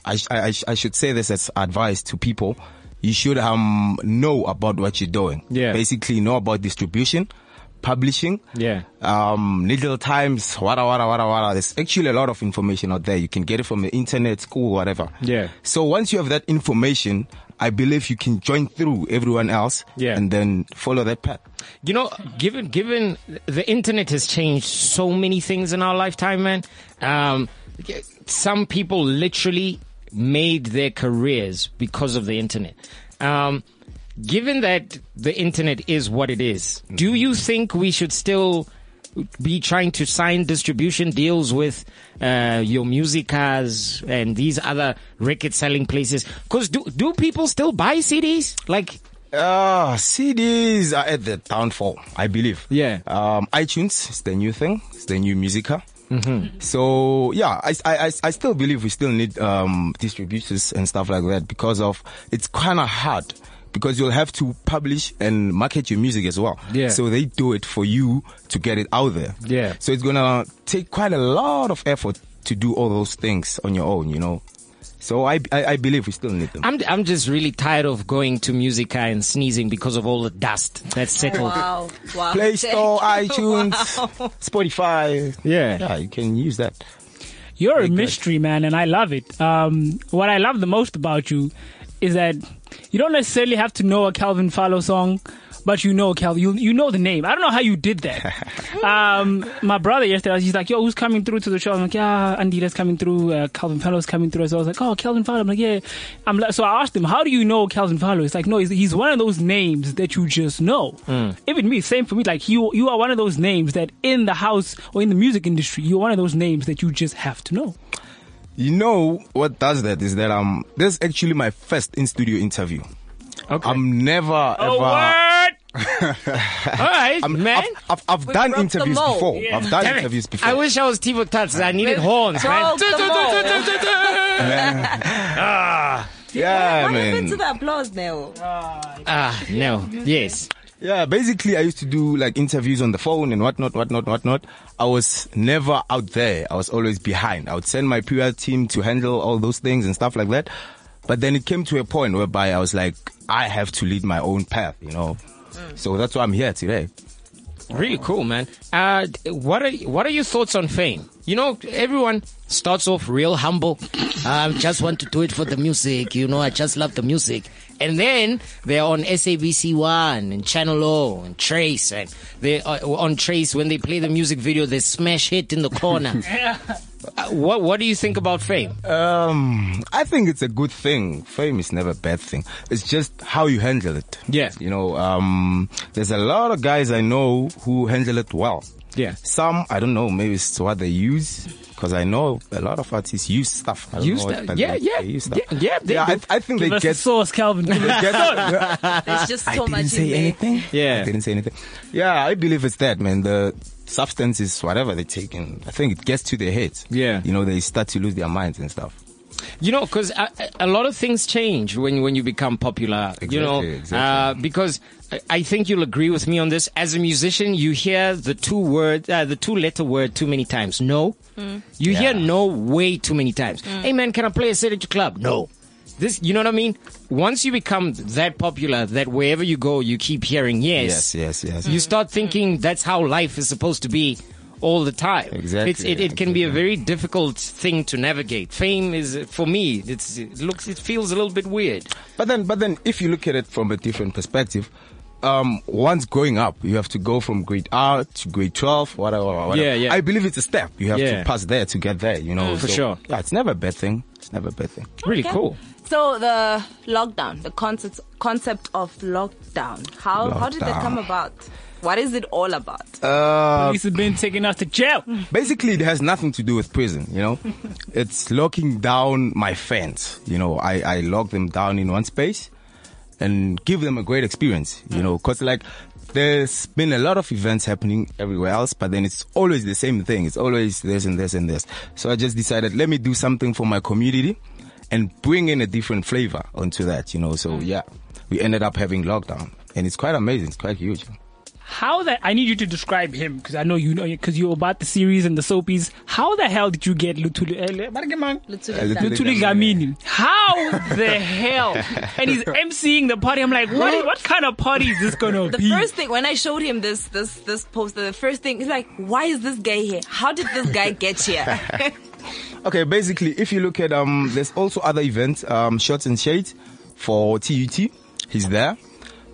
Speaker 4: I, sh- I, I sh- I should say this as advice to people. You should um know about what you're doing.
Speaker 5: Yeah.
Speaker 4: Basically, know about distribution, publishing.
Speaker 5: Yeah.
Speaker 4: Um, little times, wada wada wada wada. There's actually a lot of information out there. You can get it from the internet, school, whatever.
Speaker 5: Yeah.
Speaker 4: So once you have that information, I believe you can join through everyone else.
Speaker 5: Yeah.
Speaker 4: And then follow that path.
Speaker 5: You know, given given the internet has changed so many things in our lifetime, man. Um, some people literally made their careers because of the internet. Um, given that the internet is what it is, do you think we should still be trying to sign distribution deals with uh, your musicas and these other record selling places? Because do do people still buy CDs? Like
Speaker 4: Uh, CDs are at the downfall, I believe.
Speaker 5: Yeah.
Speaker 4: Um, iTunes is the new thing. It's the new musica.
Speaker 5: Mm-hmm.
Speaker 4: So yeah, I, I, I- I still believe we still need um, distributors and stuff like that because of it's kind of hard because you'll have to publish and market your music as well.
Speaker 5: Yeah.
Speaker 4: So they do it for you to get it out there.
Speaker 5: Yeah.
Speaker 4: So it's gonna take quite a lot of effort to do all those things on your own, you know. So I I, I believe we still need them.
Speaker 5: I'm, I'm just really tired of going to Musica and sneezing because of all the dust that's settled.
Speaker 3: Wow. Wow.
Speaker 4: Play Store,
Speaker 3: Thank you.
Speaker 4: iTunes,
Speaker 3: Wow.
Speaker 4: Spotify.
Speaker 5: Yeah.
Speaker 4: Yeah, you can use that.
Speaker 2: You're a mystery, man, and I love it. Um, what I love the most about you is that you don't necessarily have to know a Calvin Fallow song, but you know Calvin. You, you know the name. I don't know how you did that. um, my brother yesterday, he's like, yo, who's coming through to the show? I'm like, yeah, Andita's coming through, uh, Calvin Fallow's coming through. So I was like, oh, Calvin Fallow. I'm like, yeah. I'm like, so I asked him, how do you know Calvin Fallow? He's like, no, he's, he's one of those names that you just know. Even me, same for me. Like, you, you are one of those names that in the house or in the music industry, you're one of those names that you just have to know.
Speaker 4: You know what does that is that um this is actually my first in studio interview.
Speaker 5: Okay.
Speaker 4: I'm never
Speaker 2: Oh,
Speaker 4: ever.
Speaker 2: what? All right,
Speaker 4: I'm,
Speaker 2: man.
Speaker 4: I've, I've, I've
Speaker 3: We
Speaker 4: done
Speaker 3: broke the
Speaker 4: interviews
Speaker 3: mold.
Speaker 4: before.
Speaker 2: Yeah.
Speaker 4: I've done
Speaker 5: Damn it.
Speaker 4: interviews before.
Speaker 5: I wish I was Tivo Tats. I needed horns, man.
Speaker 3: Broke the
Speaker 4: yeah,
Speaker 3: What
Speaker 4: man.
Speaker 3: happened to the applause now?
Speaker 5: Ah, no. Yes.
Speaker 4: Yeah, basically, I used to do like interviews on the phone and whatnot, whatnot, whatnot. I was never out there. I was always behind. I would send my PR team to handle all those things and stuff like that. But then it came to a point whereby I was like, I have to lead my own path, you know. So that's why I'm here today.
Speaker 5: Really cool, man. Uh, d- what are what are your thoughts on fame? You know, everyone starts off real humble. I just want to do it for the music. You know, I just love the music. And then they're on SABC One and Channel O and Trace, and they are on Trace when they play the music video. They smash hit in the corner. Uh, what What do you think about fame?
Speaker 4: Um, I think it's a good thing. Fame is never a bad thing. It's just how you handle it.
Speaker 5: Yeah.
Speaker 4: You know, um, there's a lot of guys I know who handle it well.
Speaker 5: Yeah.
Speaker 4: Some, I don't know, maybe it's what they use. Cause I know a lot of artists use stuff. I don't
Speaker 5: Use
Speaker 4: know what-
Speaker 5: that-
Speaker 4: but
Speaker 5: yeah,
Speaker 4: they-
Speaker 5: yeah,
Speaker 4: they use stuff.
Speaker 5: yeah, yeah, they
Speaker 4: yeah
Speaker 5: do.
Speaker 4: I, I think
Speaker 2: Give
Speaker 4: they
Speaker 2: us the
Speaker 4: get,
Speaker 2: source, Calvin. Give us-
Speaker 4: they get
Speaker 3: There's just
Speaker 4: I
Speaker 3: so
Speaker 4: didn't
Speaker 3: much in
Speaker 4: say
Speaker 3: there.
Speaker 4: anything.
Speaker 5: Yeah.
Speaker 4: I didn't say anything. Yeah, I believe it's that, man. The substance is whatever they take and I think it gets to their heads.
Speaker 5: Yeah.
Speaker 4: You know, they start to lose their minds and stuff.
Speaker 5: You know, because a, a lot of things change when when you become popular. you know,
Speaker 4: Exactly, exactly.
Speaker 5: Uh, because I- I think you'll agree with me on this. As a musician, you hear the two word, uh, the two letter word too many times. No, you hear no way too many times. Hey man, can I play a set at your club? No. This, you know what I mean? Once you become that popular that wherever you go, you keep hearing yes,
Speaker 4: Yes, yes, yes.
Speaker 3: Mm.
Speaker 5: You start thinking that's how life is supposed to be all the time.
Speaker 4: Exactly,
Speaker 5: It's, it, it can be a very difficult thing to navigate. Fame is, for me, it's, it looks, it feels a little bit weird.
Speaker 4: But then, but then, if you look at it from a different perspective, um, once growing up, you have to go from grade R to grade twelve, whatever. whatever.
Speaker 5: Yeah, yeah.
Speaker 4: I believe it's a step. You have
Speaker 5: Yeah.
Speaker 4: to pass there to get there. You know,
Speaker 5: for sure.
Speaker 4: Yeah, it's never a bad thing. It's never a bad thing.
Speaker 5: Really
Speaker 3: Okay.
Speaker 5: cool.
Speaker 3: So the lockdown, the concept concept of lockdown. How how did that
Speaker 4: Lockdown.
Speaker 3: come about? What is it all about?
Speaker 2: Police have been taking us to jail.
Speaker 4: basically it has nothing to do with prison you know it's locking down my fans you know i i lock them down in one space and give them a great experience you know because like there's been a lot of events happening everywhere else but then it's always the same thing it's always this and this and this so i just decided let me do something for my community and bring in a different flavor onto that you know so yeah we ended up having lockdown and it's quite amazing it's quite huge
Speaker 2: How that? I need you to describe him because I know you know because you're about the series and the soapies. How the hell did you get Lutuli eh, Bargemang? Lutuli Gamini? How the hell? And he's emceeing the party. I'm like, what? What kind of party is this gonna
Speaker 3: The
Speaker 2: be?
Speaker 3: first thing when I showed him this this this poster, the first thing he's like, "Why is this guy here? How did this guy get here?"
Speaker 4: Okay, basically, if you look at um, there's also other events, um, Shots and Shade for TUT. He's there.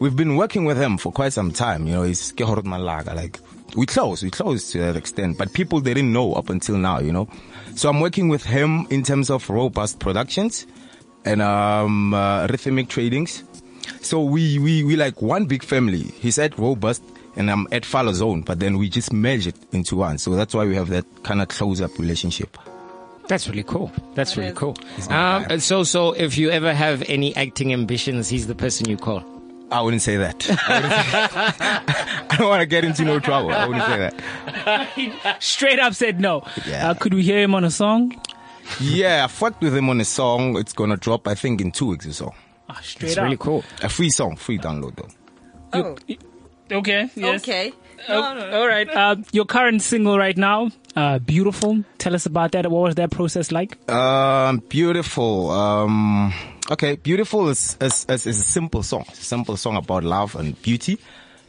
Speaker 4: We've been working with him for quite some time. You know, he's Kehorot Malaga. Like we close, we close to that extent, but people they didn't know up until now. You know, so I'm working with him in terms of robust productions and um, uh, rhythmic tradings. So we we we like one big family. He's at robust. And I'm at Fallow Zone, but then we just merge it into one. So that's why we have that kind of close up relationship.
Speaker 5: That's really cool. That's really
Speaker 3: is.
Speaker 5: cool. Um, and so, so if you ever have any acting ambitions, he's the person you call.
Speaker 4: I wouldn't say that. I don't want to get into no trouble. I wouldn't say that.
Speaker 2: Straight up said no.
Speaker 4: Yeah.
Speaker 2: Uh, could we hear him on a song?
Speaker 4: Yeah, I fucked with him on a song. It's gonna drop, I think, in two weeks or so.
Speaker 2: Ah, straight
Speaker 5: It's
Speaker 2: up.
Speaker 5: really cool.
Speaker 4: A free song, free download though.
Speaker 3: Oh,
Speaker 2: Okay. Yes.
Speaker 3: okay.
Speaker 2: Oh, all right. Uh, your current single right now, uh, beautiful. Tell us about that. What was that process like?
Speaker 4: Um, beautiful. Um, okay, beautiful is, is, is, is a simple song. It's a simple song about love and beauty.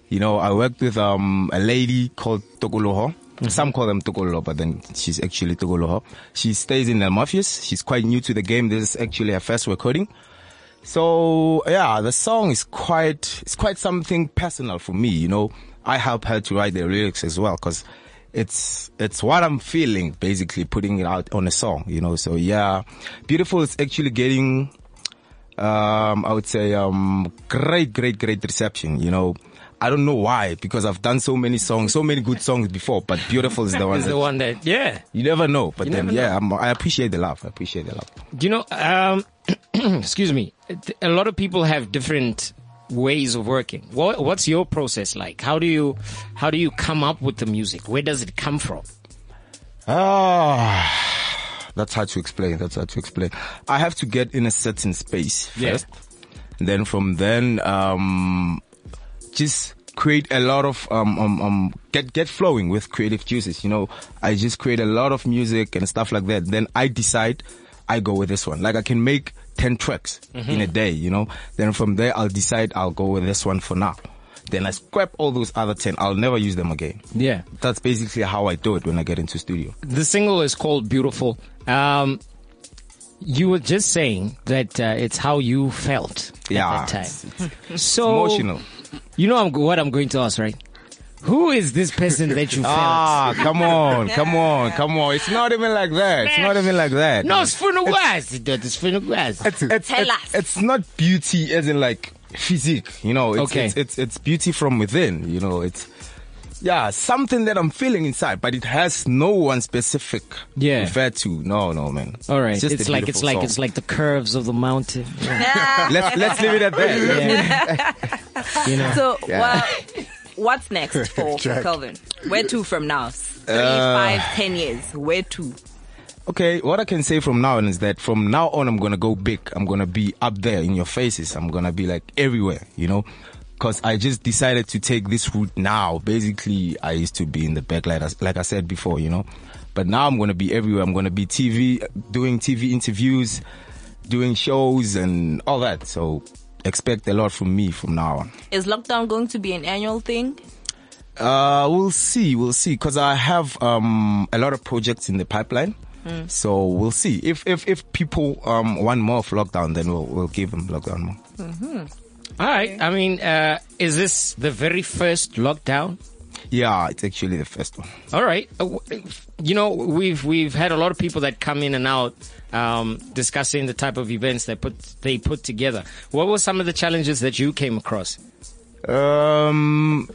Speaker 4: You know, I worked with um, a lady called Tokoloho. Some call them Tokoloho, but then she's actually Tokoloho. She stays in the Morpheus. She's quite new to the game. This is actually her first recording. So yeah, the song is quite it's quite something personal for me. You know, I help her to write the lyrics as well because it's it's what I'm feeling basically putting it out on a song. You know, so yeah, beautiful is actually getting um I would say um great great great reception. You know. I don't know why, because I've done so many songs, so many good songs before, but beautiful is the one.
Speaker 5: Is the
Speaker 4: that-
Speaker 5: one that yeah.
Speaker 4: You never know, but then
Speaker 5: never
Speaker 4: yeah, I'm, I appreciate the love. I appreciate the love.
Speaker 5: Do you know? Um, excuse me. A lot of people have different ways of working. What, what's your process like? How do you how do you come up with the music? Where does it come from?
Speaker 4: Ah, that's hard to explain. That's hard to explain. I have to get in a certain space
Speaker 5: Yeah.
Speaker 4: first. And then from then, um, just create a lot of, um, um, um, get, get flowing with creative juices. You know, I just create a lot of music and stuff like that. Then I decide I go with this one. Like I can make 10 tracks in a day, you know, then from there I'll decide I'll go with this one for now. Then I scrap all those other 10. I'll never use them again.
Speaker 5: Yeah.
Speaker 4: That's basically how I do it when I get into studio.
Speaker 5: The single is called Beautiful. Um, you were just saying that uh, it's how you felt
Speaker 4: Yeah,
Speaker 5: at that
Speaker 4: it's-
Speaker 5: time. so
Speaker 4: Emotional.
Speaker 5: You know I'm, what I'm going to ask, right? Who is this person that you felt?
Speaker 4: Ah, come on, come on, come on. It's not even like that. It's not even like that.
Speaker 5: no, it's Funuguaz. It's Funuguaz.
Speaker 4: it's, it's,
Speaker 3: Tell
Speaker 4: it's,
Speaker 3: us.
Speaker 4: it's not beauty as in like physique, you know. It's,
Speaker 5: Okay.
Speaker 4: It's, it's, it's beauty from within, you know. It's, yeah, something that I'm feeling inside, but it has no one specific
Speaker 5: Yeah.
Speaker 4: referred to. No, no, man.
Speaker 5: All right.
Speaker 4: just a
Speaker 5: it's like it's
Speaker 4: beautiful
Speaker 5: like
Speaker 4: song.
Speaker 5: it's like the curves of the mountain.
Speaker 4: Let's, let's leave it at that.
Speaker 5: you know.
Speaker 3: So,
Speaker 4: Yeah.
Speaker 3: well, what's next for
Speaker 1: Jack.
Speaker 3: Kelvin? Where to from now? Three,
Speaker 4: Uh,
Speaker 3: five, ten years. Where to?
Speaker 4: Okay, what I can say from now on is that from now on, I'm gonna go big. I'm gonna be up there in your faces. I'm gonna be like everywhere, you know? Cause I just decided to take this route now. Basically, I used to be in the back, like I, like I said before, you know? But now I'm gonna be everywhere. I'm gonna be TV, doing TV interviews, doing shows and all that. So expect a lot from me from now on.
Speaker 3: Is lockdown going to be an annual thing?
Speaker 4: Uh, we'll see, we'll see, because I have um a lot of projects in the pipeline. So we'll see if if if people um want more of lockdown, then we'll we'll give them lockdown more.
Speaker 5: All right. I mean, uh, is this the very first lockdown?
Speaker 4: Yeah, it's actually the first one.
Speaker 5: All right. Uh, w- You know, we've we've had a lot of people that come in and out um, discussing the type of events they put they put together. What were some of the challenges that you came across?
Speaker 4: Um,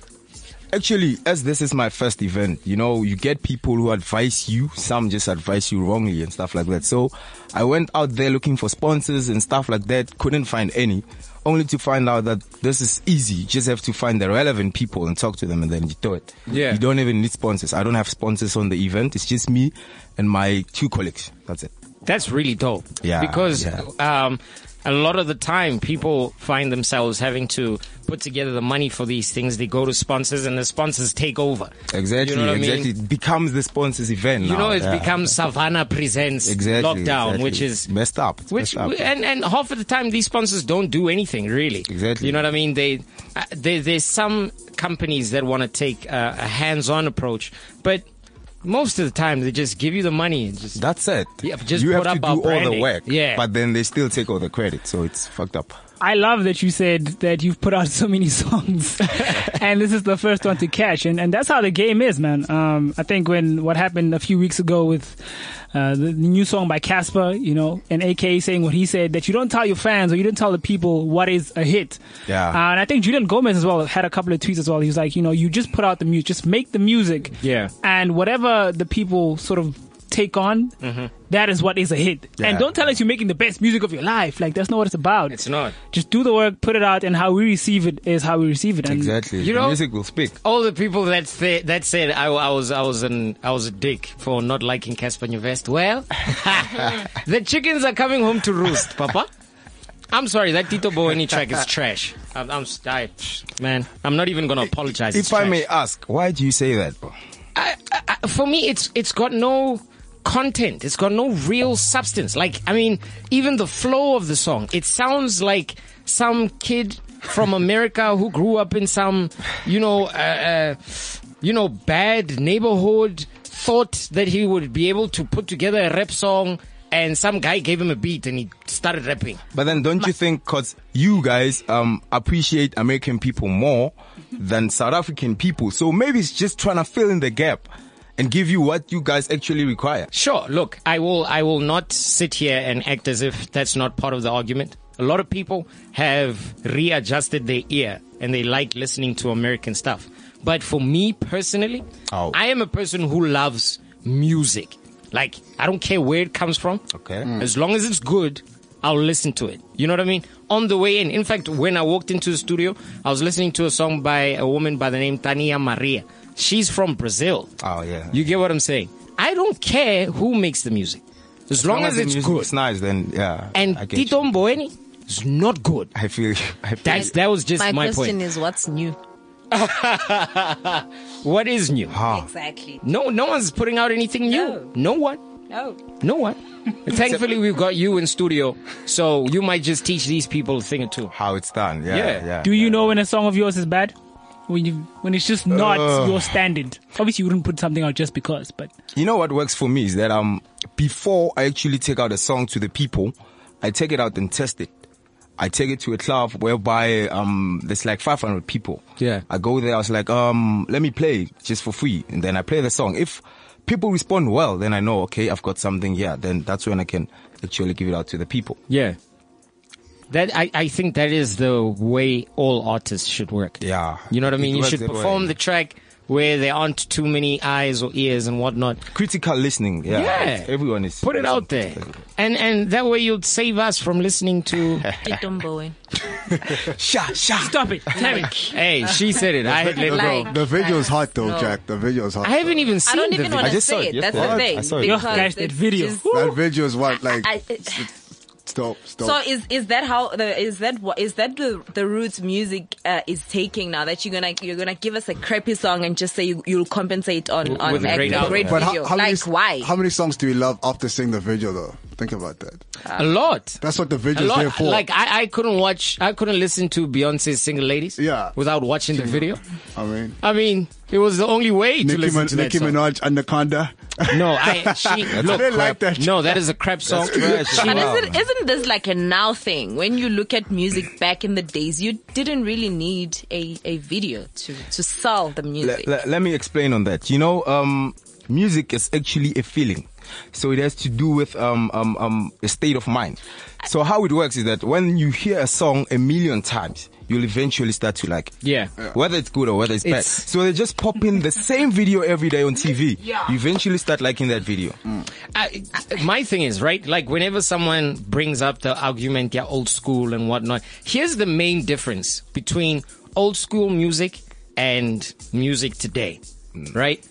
Speaker 4: actually, as this is my first event, you know, you get people who advise you. Some just advise you wrongly and stuff like that. So I went out there looking for sponsors and stuff like that. Couldn't find any. Only to find out that this is easy. You just have to find the relevant people and talk to them and then you do it.
Speaker 5: Yeah.
Speaker 4: You don't even need sponsors. I don't have sponsors on the event. It's just me and my two colleagues. That's it.
Speaker 5: That's really dope.
Speaker 4: Yeah,
Speaker 5: Because
Speaker 4: yeah.
Speaker 5: Um, a lot of the time, people find themselves having to put together the money for these things. They go to sponsors, and the sponsors take over.
Speaker 4: Exactly.
Speaker 5: You know what I mean?
Speaker 4: exactly. It becomes the sponsors event.
Speaker 5: You
Speaker 4: now.
Speaker 5: know, it's
Speaker 4: Yeah.
Speaker 5: become Savannah presents
Speaker 4: exactly,
Speaker 5: lockdown,
Speaker 4: exactly.
Speaker 5: which is
Speaker 4: messed up. It's
Speaker 5: which
Speaker 4: messed up.
Speaker 5: and and half of the time these sponsors don't do anything really.
Speaker 4: Exactly.
Speaker 5: You know what I mean? They uh, there there's some companies that want to take uh, a hands-on approach, but most of the time they just give you the money and just
Speaker 4: That's it.
Speaker 5: Yeah, just
Speaker 4: you
Speaker 5: put
Speaker 4: have to
Speaker 5: up our
Speaker 4: do all the
Speaker 5: branding.
Speaker 4: work.
Speaker 5: Yeah.
Speaker 4: But then they still take all the credit, so it's fucked up.
Speaker 2: I love that you said that you've put out so many songs, and this is the first one to catch, and, and that's how the game is, man. Um, I think when what happened a few weeks ago with uh, the new song by Casper, you know, and AK saying what he said that you don't tell your fans or you don't tell the people what is a hit.
Speaker 4: Yeah.
Speaker 2: Uh, and I think Julian Gomez as well had a couple of tweets as well. He was like, you know, you just put out the music, just make the music,
Speaker 5: Yeah.
Speaker 2: and whatever the people sort of take on, that is what is a hit.
Speaker 4: Mm-hmm. Yeah.
Speaker 2: And don't tell us you're making the best music of your life. Like that's not what it's about.
Speaker 5: It's not.
Speaker 2: Just do the work, put it out, and how we receive it is how we receive it. And
Speaker 4: Exactly.
Speaker 5: You
Speaker 4: the
Speaker 5: know-
Speaker 4: music will speak.
Speaker 5: all the people that say, that said I, I was I was an I was a dick for not liking Casper Nyvest. Well, the chickens are coming home to roost, Papa. I'm sorry, that Tito Boweni track is trash. I'm, I'm s- I- man. I'm not even gonna apologize.
Speaker 4: If
Speaker 5: It's
Speaker 4: I
Speaker 5: trash.
Speaker 4: may ask, why do you say that, bro?
Speaker 5: I, I, I- for me, it's it's got no content. It's got no real substance. Like I mean, even the flow of the song, it sounds like some kid from America who grew up in some, you know, uh, uh, you know, bad neighborhood. Thought that he would be able to put together a rap song, and some guy gave him a beat, and he started rapping.
Speaker 4: But then don't you think cause you guys um appreciate American people more than South African people. So maybe it's just trying to fill in the gap and give you what you guys actually require.
Speaker 5: Sure. Look, I will. I will not sit here and act as if that's not part of the argument. A lot of people have readjusted their ear and they like listening to American stuff. But for me personally,
Speaker 4: Oh.
Speaker 5: I am a person who loves music. Like I don't care where it comes from.
Speaker 4: Okay. Mm.
Speaker 5: As long as it's good, I'll listen to it. You know what I mean? On the way in. In fact, when I walked into the studio, I was listening to a song by a woman by the name Tania Maria. She's from Brazil.
Speaker 4: Oh, yeah.
Speaker 5: You get what I'm saying? I don't care who makes the music. As, long, as,
Speaker 4: the
Speaker 5: it's
Speaker 4: music
Speaker 5: good.
Speaker 4: is nice, then yeah.
Speaker 5: and
Speaker 4: I get
Speaker 5: Tito
Speaker 4: you.
Speaker 5: Mboweni is not good.
Speaker 4: I feel you. I feel
Speaker 5: That's
Speaker 4: you.
Speaker 5: that was just
Speaker 3: My,
Speaker 5: my,
Speaker 3: question
Speaker 5: point.
Speaker 3: is, what's new?
Speaker 5: what is new?
Speaker 4: Ah.
Speaker 3: Exactly.
Speaker 5: No no one's putting out anything new.
Speaker 3: No.
Speaker 5: no one.
Speaker 3: No.
Speaker 5: No one. Thankfully, we've got you in studio, so you might just teach these people a thing or two.
Speaker 4: how it's done. Yeah,
Speaker 5: Yeah.
Speaker 4: yeah.
Speaker 2: Do you know when a song of yours is bad? When you when it's just not your standard. Obviously, you wouldn't put something out just because, but
Speaker 4: You know what works for me is that um before I actually take out a song to the people, I take it out and test it. I take it to a club whereby um there's like 500 people.
Speaker 5: Yeah.
Speaker 4: I go there. I was like, um, let me play just for free, and then I play the song. If people respond well, then I know okay, I've got something here. Then that's when I can actually give it out to the people.
Speaker 5: Yeah. That I, I think that is the way all artists should work.
Speaker 4: Yeah.
Speaker 5: You know what I
Speaker 4: It
Speaker 5: mean? You
Speaker 4: works
Speaker 5: should
Speaker 4: that way.
Speaker 5: perform the track where there aren't too many eyes or ears and whatnot.
Speaker 4: Critical listening. Yeah.
Speaker 5: Yeah.
Speaker 4: Everyone is
Speaker 5: Put it out there. And and that way you'll save us from listening to
Speaker 3: Itombowen.
Speaker 4: Sha sha.
Speaker 2: stop it, damn it.
Speaker 5: Hey, she said it. I had let
Speaker 3: Like-
Speaker 5: go.
Speaker 1: The video is hot though,
Speaker 3: No.
Speaker 1: Jack. The video is hot.
Speaker 5: I haven't even
Speaker 3: I
Speaker 5: seen
Speaker 3: don't
Speaker 5: the
Speaker 3: even
Speaker 5: video.
Speaker 3: want
Speaker 4: I
Speaker 3: to
Speaker 4: just saw
Speaker 3: say
Speaker 4: it
Speaker 3: it. That's
Speaker 4: yesterday.
Speaker 3: the
Speaker 4: I
Speaker 3: thing.
Speaker 4: saw it
Speaker 3: because
Speaker 2: yesterday. Guys, that
Speaker 3: it's
Speaker 2: video.
Speaker 3: just-
Speaker 1: that video is what like
Speaker 3: I- it-
Speaker 1: stop, stop.
Speaker 3: so is is that how the is that what is that the the roots music uh, is taking now that you're gonna you're gonna give us a crappy song and just say you, you'll compensate on on
Speaker 5: with a
Speaker 3: a
Speaker 5: great
Speaker 3: great,
Speaker 5: album.
Speaker 1: but
Speaker 3: video
Speaker 1: how, how many,
Speaker 3: like why
Speaker 1: How many songs do we love after seeing the video though? Think about that.
Speaker 5: A lot.
Speaker 1: That's what the
Speaker 5: A
Speaker 1: video is there
Speaker 5: lot.
Speaker 1: for.
Speaker 5: Like I, I couldn't watch I couldn't listen to Beyonce's single ladies
Speaker 1: Yeah.
Speaker 5: without watching the video.
Speaker 1: I mean,
Speaker 5: I mean, it was the only way to
Speaker 1: Nicki,
Speaker 5: listen
Speaker 1: Min-
Speaker 5: to that
Speaker 1: Nicki
Speaker 5: song.
Speaker 1: Minaj, Anaconda.
Speaker 5: No, I she look,
Speaker 1: didn't like
Speaker 5: crap.
Speaker 1: that.
Speaker 5: No, that is a crap song.
Speaker 4: trash.
Speaker 5: She-
Speaker 3: But
Speaker 4: Wow.
Speaker 3: isn't, isn't this like a now thing? When you look at music back in the days, you didn't really need a, a video to, to sell the music.
Speaker 4: Le- le- let me explain on that. You know, um, music is actually a feeling. So it has to do with um, um, um, a state of mind. So how it works is that when you hear a song a million times, you'll eventually start to like it.
Speaker 5: Yeah.
Speaker 4: Whether it's good or whether it's, bad.
Speaker 5: It's-
Speaker 4: So they just pop in the same video every day on TV. Yeah. You eventually start liking that video.
Speaker 5: I, I- my thing is right. Like whenever someone brings up the argument, yeah, old school and whatnot. Here's the main difference between old school music and music today, right?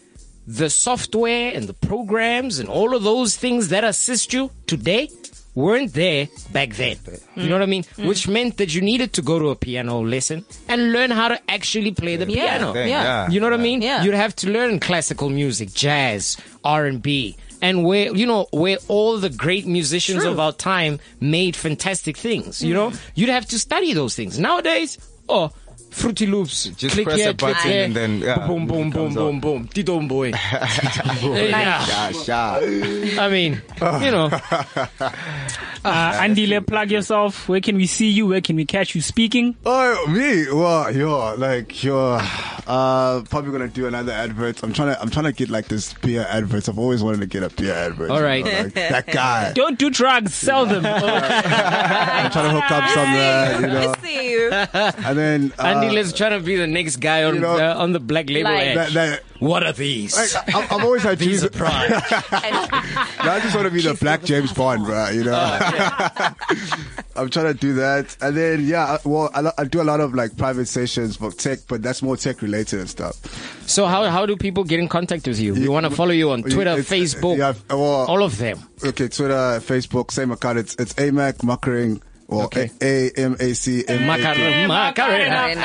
Speaker 5: The software and the programs and all of those things that assist you today weren't there back then. You know what I mean? Which meant that you needed to go to a piano lesson and learn how to actually play the
Speaker 3: Yeah.
Speaker 5: piano.
Speaker 4: Then,
Speaker 3: Yeah.
Speaker 5: You know what I mean?
Speaker 3: Yeah.
Speaker 5: You'd have to learn classical music, jazz, R and B, and where you know where all the great musicians
Speaker 3: True. Mm.
Speaker 5: of our time made fantastic things. You know, you'd have to study those things. Nowadays, oh, Fruity Loops,
Speaker 4: Just
Speaker 5: click
Speaker 4: press
Speaker 5: here,
Speaker 4: a
Speaker 5: click
Speaker 4: button
Speaker 5: there,
Speaker 4: and then, yeah,
Speaker 5: boom, boom,
Speaker 4: it comes
Speaker 5: boom, boom, boom, Tidom boy. yeah,
Speaker 4: Sha, sha.
Speaker 5: I mean, you know,
Speaker 2: Uh, Andile, plug yourself. Where can we see you? Where can we catch you speaking?
Speaker 1: Oh, me? Well, yo, like, yo, Uh, probably gonna do another advert. I'm trying to. I'm trying to get like this beer adverts. I've always wanted to get a beer advert.
Speaker 5: All
Speaker 1: you
Speaker 5: right.
Speaker 1: know, like, that guy.
Speaker 2: Don't do drugs. Sell them.
Speaker 1: I'm trying to hook up some. Uh, you know,
Speaker 3: See you.
Speaker 1: and then uh,
Speaker 5: Andy is trying to be the next guy on
Speaker 1: you know,
Speaker 5: uh, on the black label
Speaker 3: like-
Speaker 5: edge.
Speaker 1: that, that,
Speaker 5: what are these?
Speaker 1: like, I- I've always had
Speaker 5: these
Speaker 1: dreams.
Speaker 5: are prime.
Speaker 1: I just want to be the black James Bond, bro. You know,
Speaker 5: Oh,
Speaker 1: I'm trying to do that, and then yeah, I- well, I, lo- I do a lot of like private sessions for tech, but that's more tech related and stuff.
Speaker 5: so how how do people get in contact with you? We
Speaker 1: You-
Speaker 5: want to follow you on
Speaker 1: you-
Speaker 5: Twitter,
Speaker 1: it's-
Speaker 5: Facebook,
Speaker 1: yeah, well-
Speaker 5: all of them.
Speaker 1: Okay, Twitter, Facebook, same account. It's it's Amac Muckering or
Speaker 5: Okay.
Speaker 1: A M A C M. A
Speaker 5: Macarena.
Speaker 1: K.
Speaker 5: Macarena.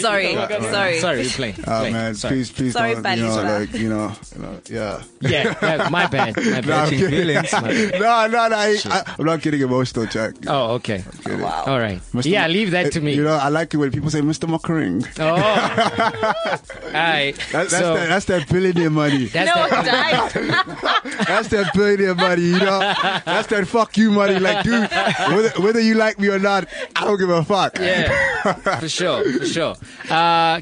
Speaker 3: Sorry, sorry.
Speaker 5: Ah! Sorry, we play. play.
Speaker 1: Oh man,
Speaker 5: Sorry.
Speaker 1: please, please,
Speaker 3: Sorry,
Speaker 1: don't, you know,
Speaker 3: Balista.
Speaker 1: like you know, you know, yeah.
Speaker 5: Yeah, yeah, my bad. My bad.
Speaker 1: I'm kidding.
Speaker 5: My bad.
Speaker 1: no, no, no. I, I, I'm not getting emotional, Jack.
Speaker 5: Oh, okay.
Speaker 3: Wow.
Speaker 5: All right.
Speaker 1: Mr.
Speaker 5: Yeah,
Speaker 1: Mu-
Speaker 5: leave that
Speaker 1: it-
Speaker 5: to me.
Speaker 1: You know, I like it when people say Mr. Muckering. That,
Speaker 5: oh. All right.
Speaker 1: that's,
Speaker 5: so,
Speaker 1: that, that's that billionaire money.
Speaker 5: that's
Speaker 3: No,
Speaker 5: that.
Speaker 3: die.
Speaker 1: That's that billionaire money, you know? That's that fuck you money. Like, dude, whether, whether you like me or not, I don't give a fuck.
Speaker 5: Yeah, for sure, for sure. Uh,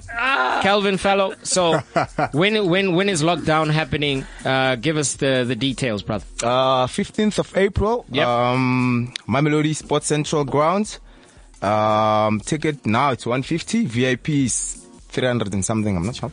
Speaker 5: Calvin Fellow. So, when when when is lockdown happening? Uh, give us the the details, brother.
Speaker 4: Uh, 15th of April.
Speaker 5: Yep.
Speaker 4: Um, Mamelodi Sports Central Grounds. Um, ticket now it's 150. VIP is 300 and something. I'm not sure.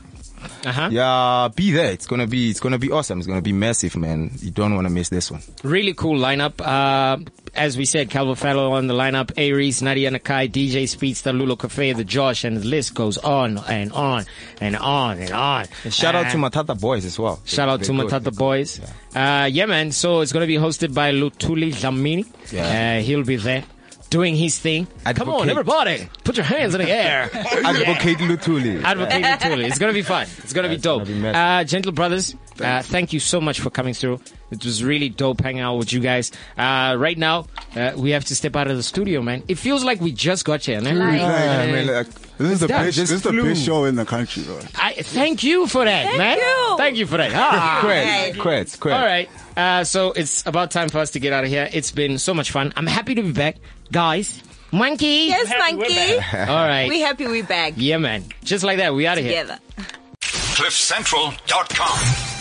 Speaker 5: Uh huh.
Speaker 4: Yeah, be there. It's gonna be, it's gonna be awesome. It's gonna be massive, man. You don't want to miss this one.
Speaker 5: Really cool lineup. Uh, as we said, Calvin Fellow on the lineup. Aries, Nadia Nakai, DJ Speedster, Lulu Cafe, the Josh, and the list goes on and on and on and on.
Speaker 4: And shout out to
Speaker 5: Uh,
Speaker 4: Matata Boys as well.
Speaker 5: Shout out
Speaker 4: They-
Speaker 5: to
Speaker 4: they good.
Speaker 5: Matata Boys. Yeah. Uh, yeah, man. So it's going to be hosted by Lutuli Dlamini.
Speaker 4: Yeah.
Speaker 5: Uh, he'll be there doing his thing. Come
Speaker 4: Advocate.
Speaker 5: on, everybody. Put your hands in the air.
Speaker 4: Advocate Lutuli.
Speaker 5: Advocate Lutuli. It's going to be fun. It's going to be
Speaker 4: It's gonna
Speaker 5: dope.
Speaker 4: be mad.
Speaker 5: uh, gentle brothers, uh, thank you so much for coming through. It was really dope hanging out with you guys. Uh, right now, uh, we have to step out of the studio, man. It feels like we just got here, man.
Speaker 1: Like, I mean, like, this is the
Speaker 5: that
Speaker 1: best,
Speaker 5: just
Speaker 1: this is the
Speaker 5: flew?
Speaker 1: best show in the country, bro.
Speaker 5: I, thank you for that,
Speaker 3: Thank
Speaker 5: man.
Speaker 3: you.
Speaker 5: Thank you for that. Ah.
Speaker 4: Creds, creds, creds.
Speaker 5: All right. Uh, so it's about time for us to get out of here. It's been so much fun. I'm happy to be back, guys. Monkey.
Speaker 3: Yes, monkey.
Speaker 5: All right.
Speaker 3: We happy we back
Speaker 5: yeah, man. Just like that, we out of here.
Speaker 3: together.
Speaker 6: CliffCentral.com.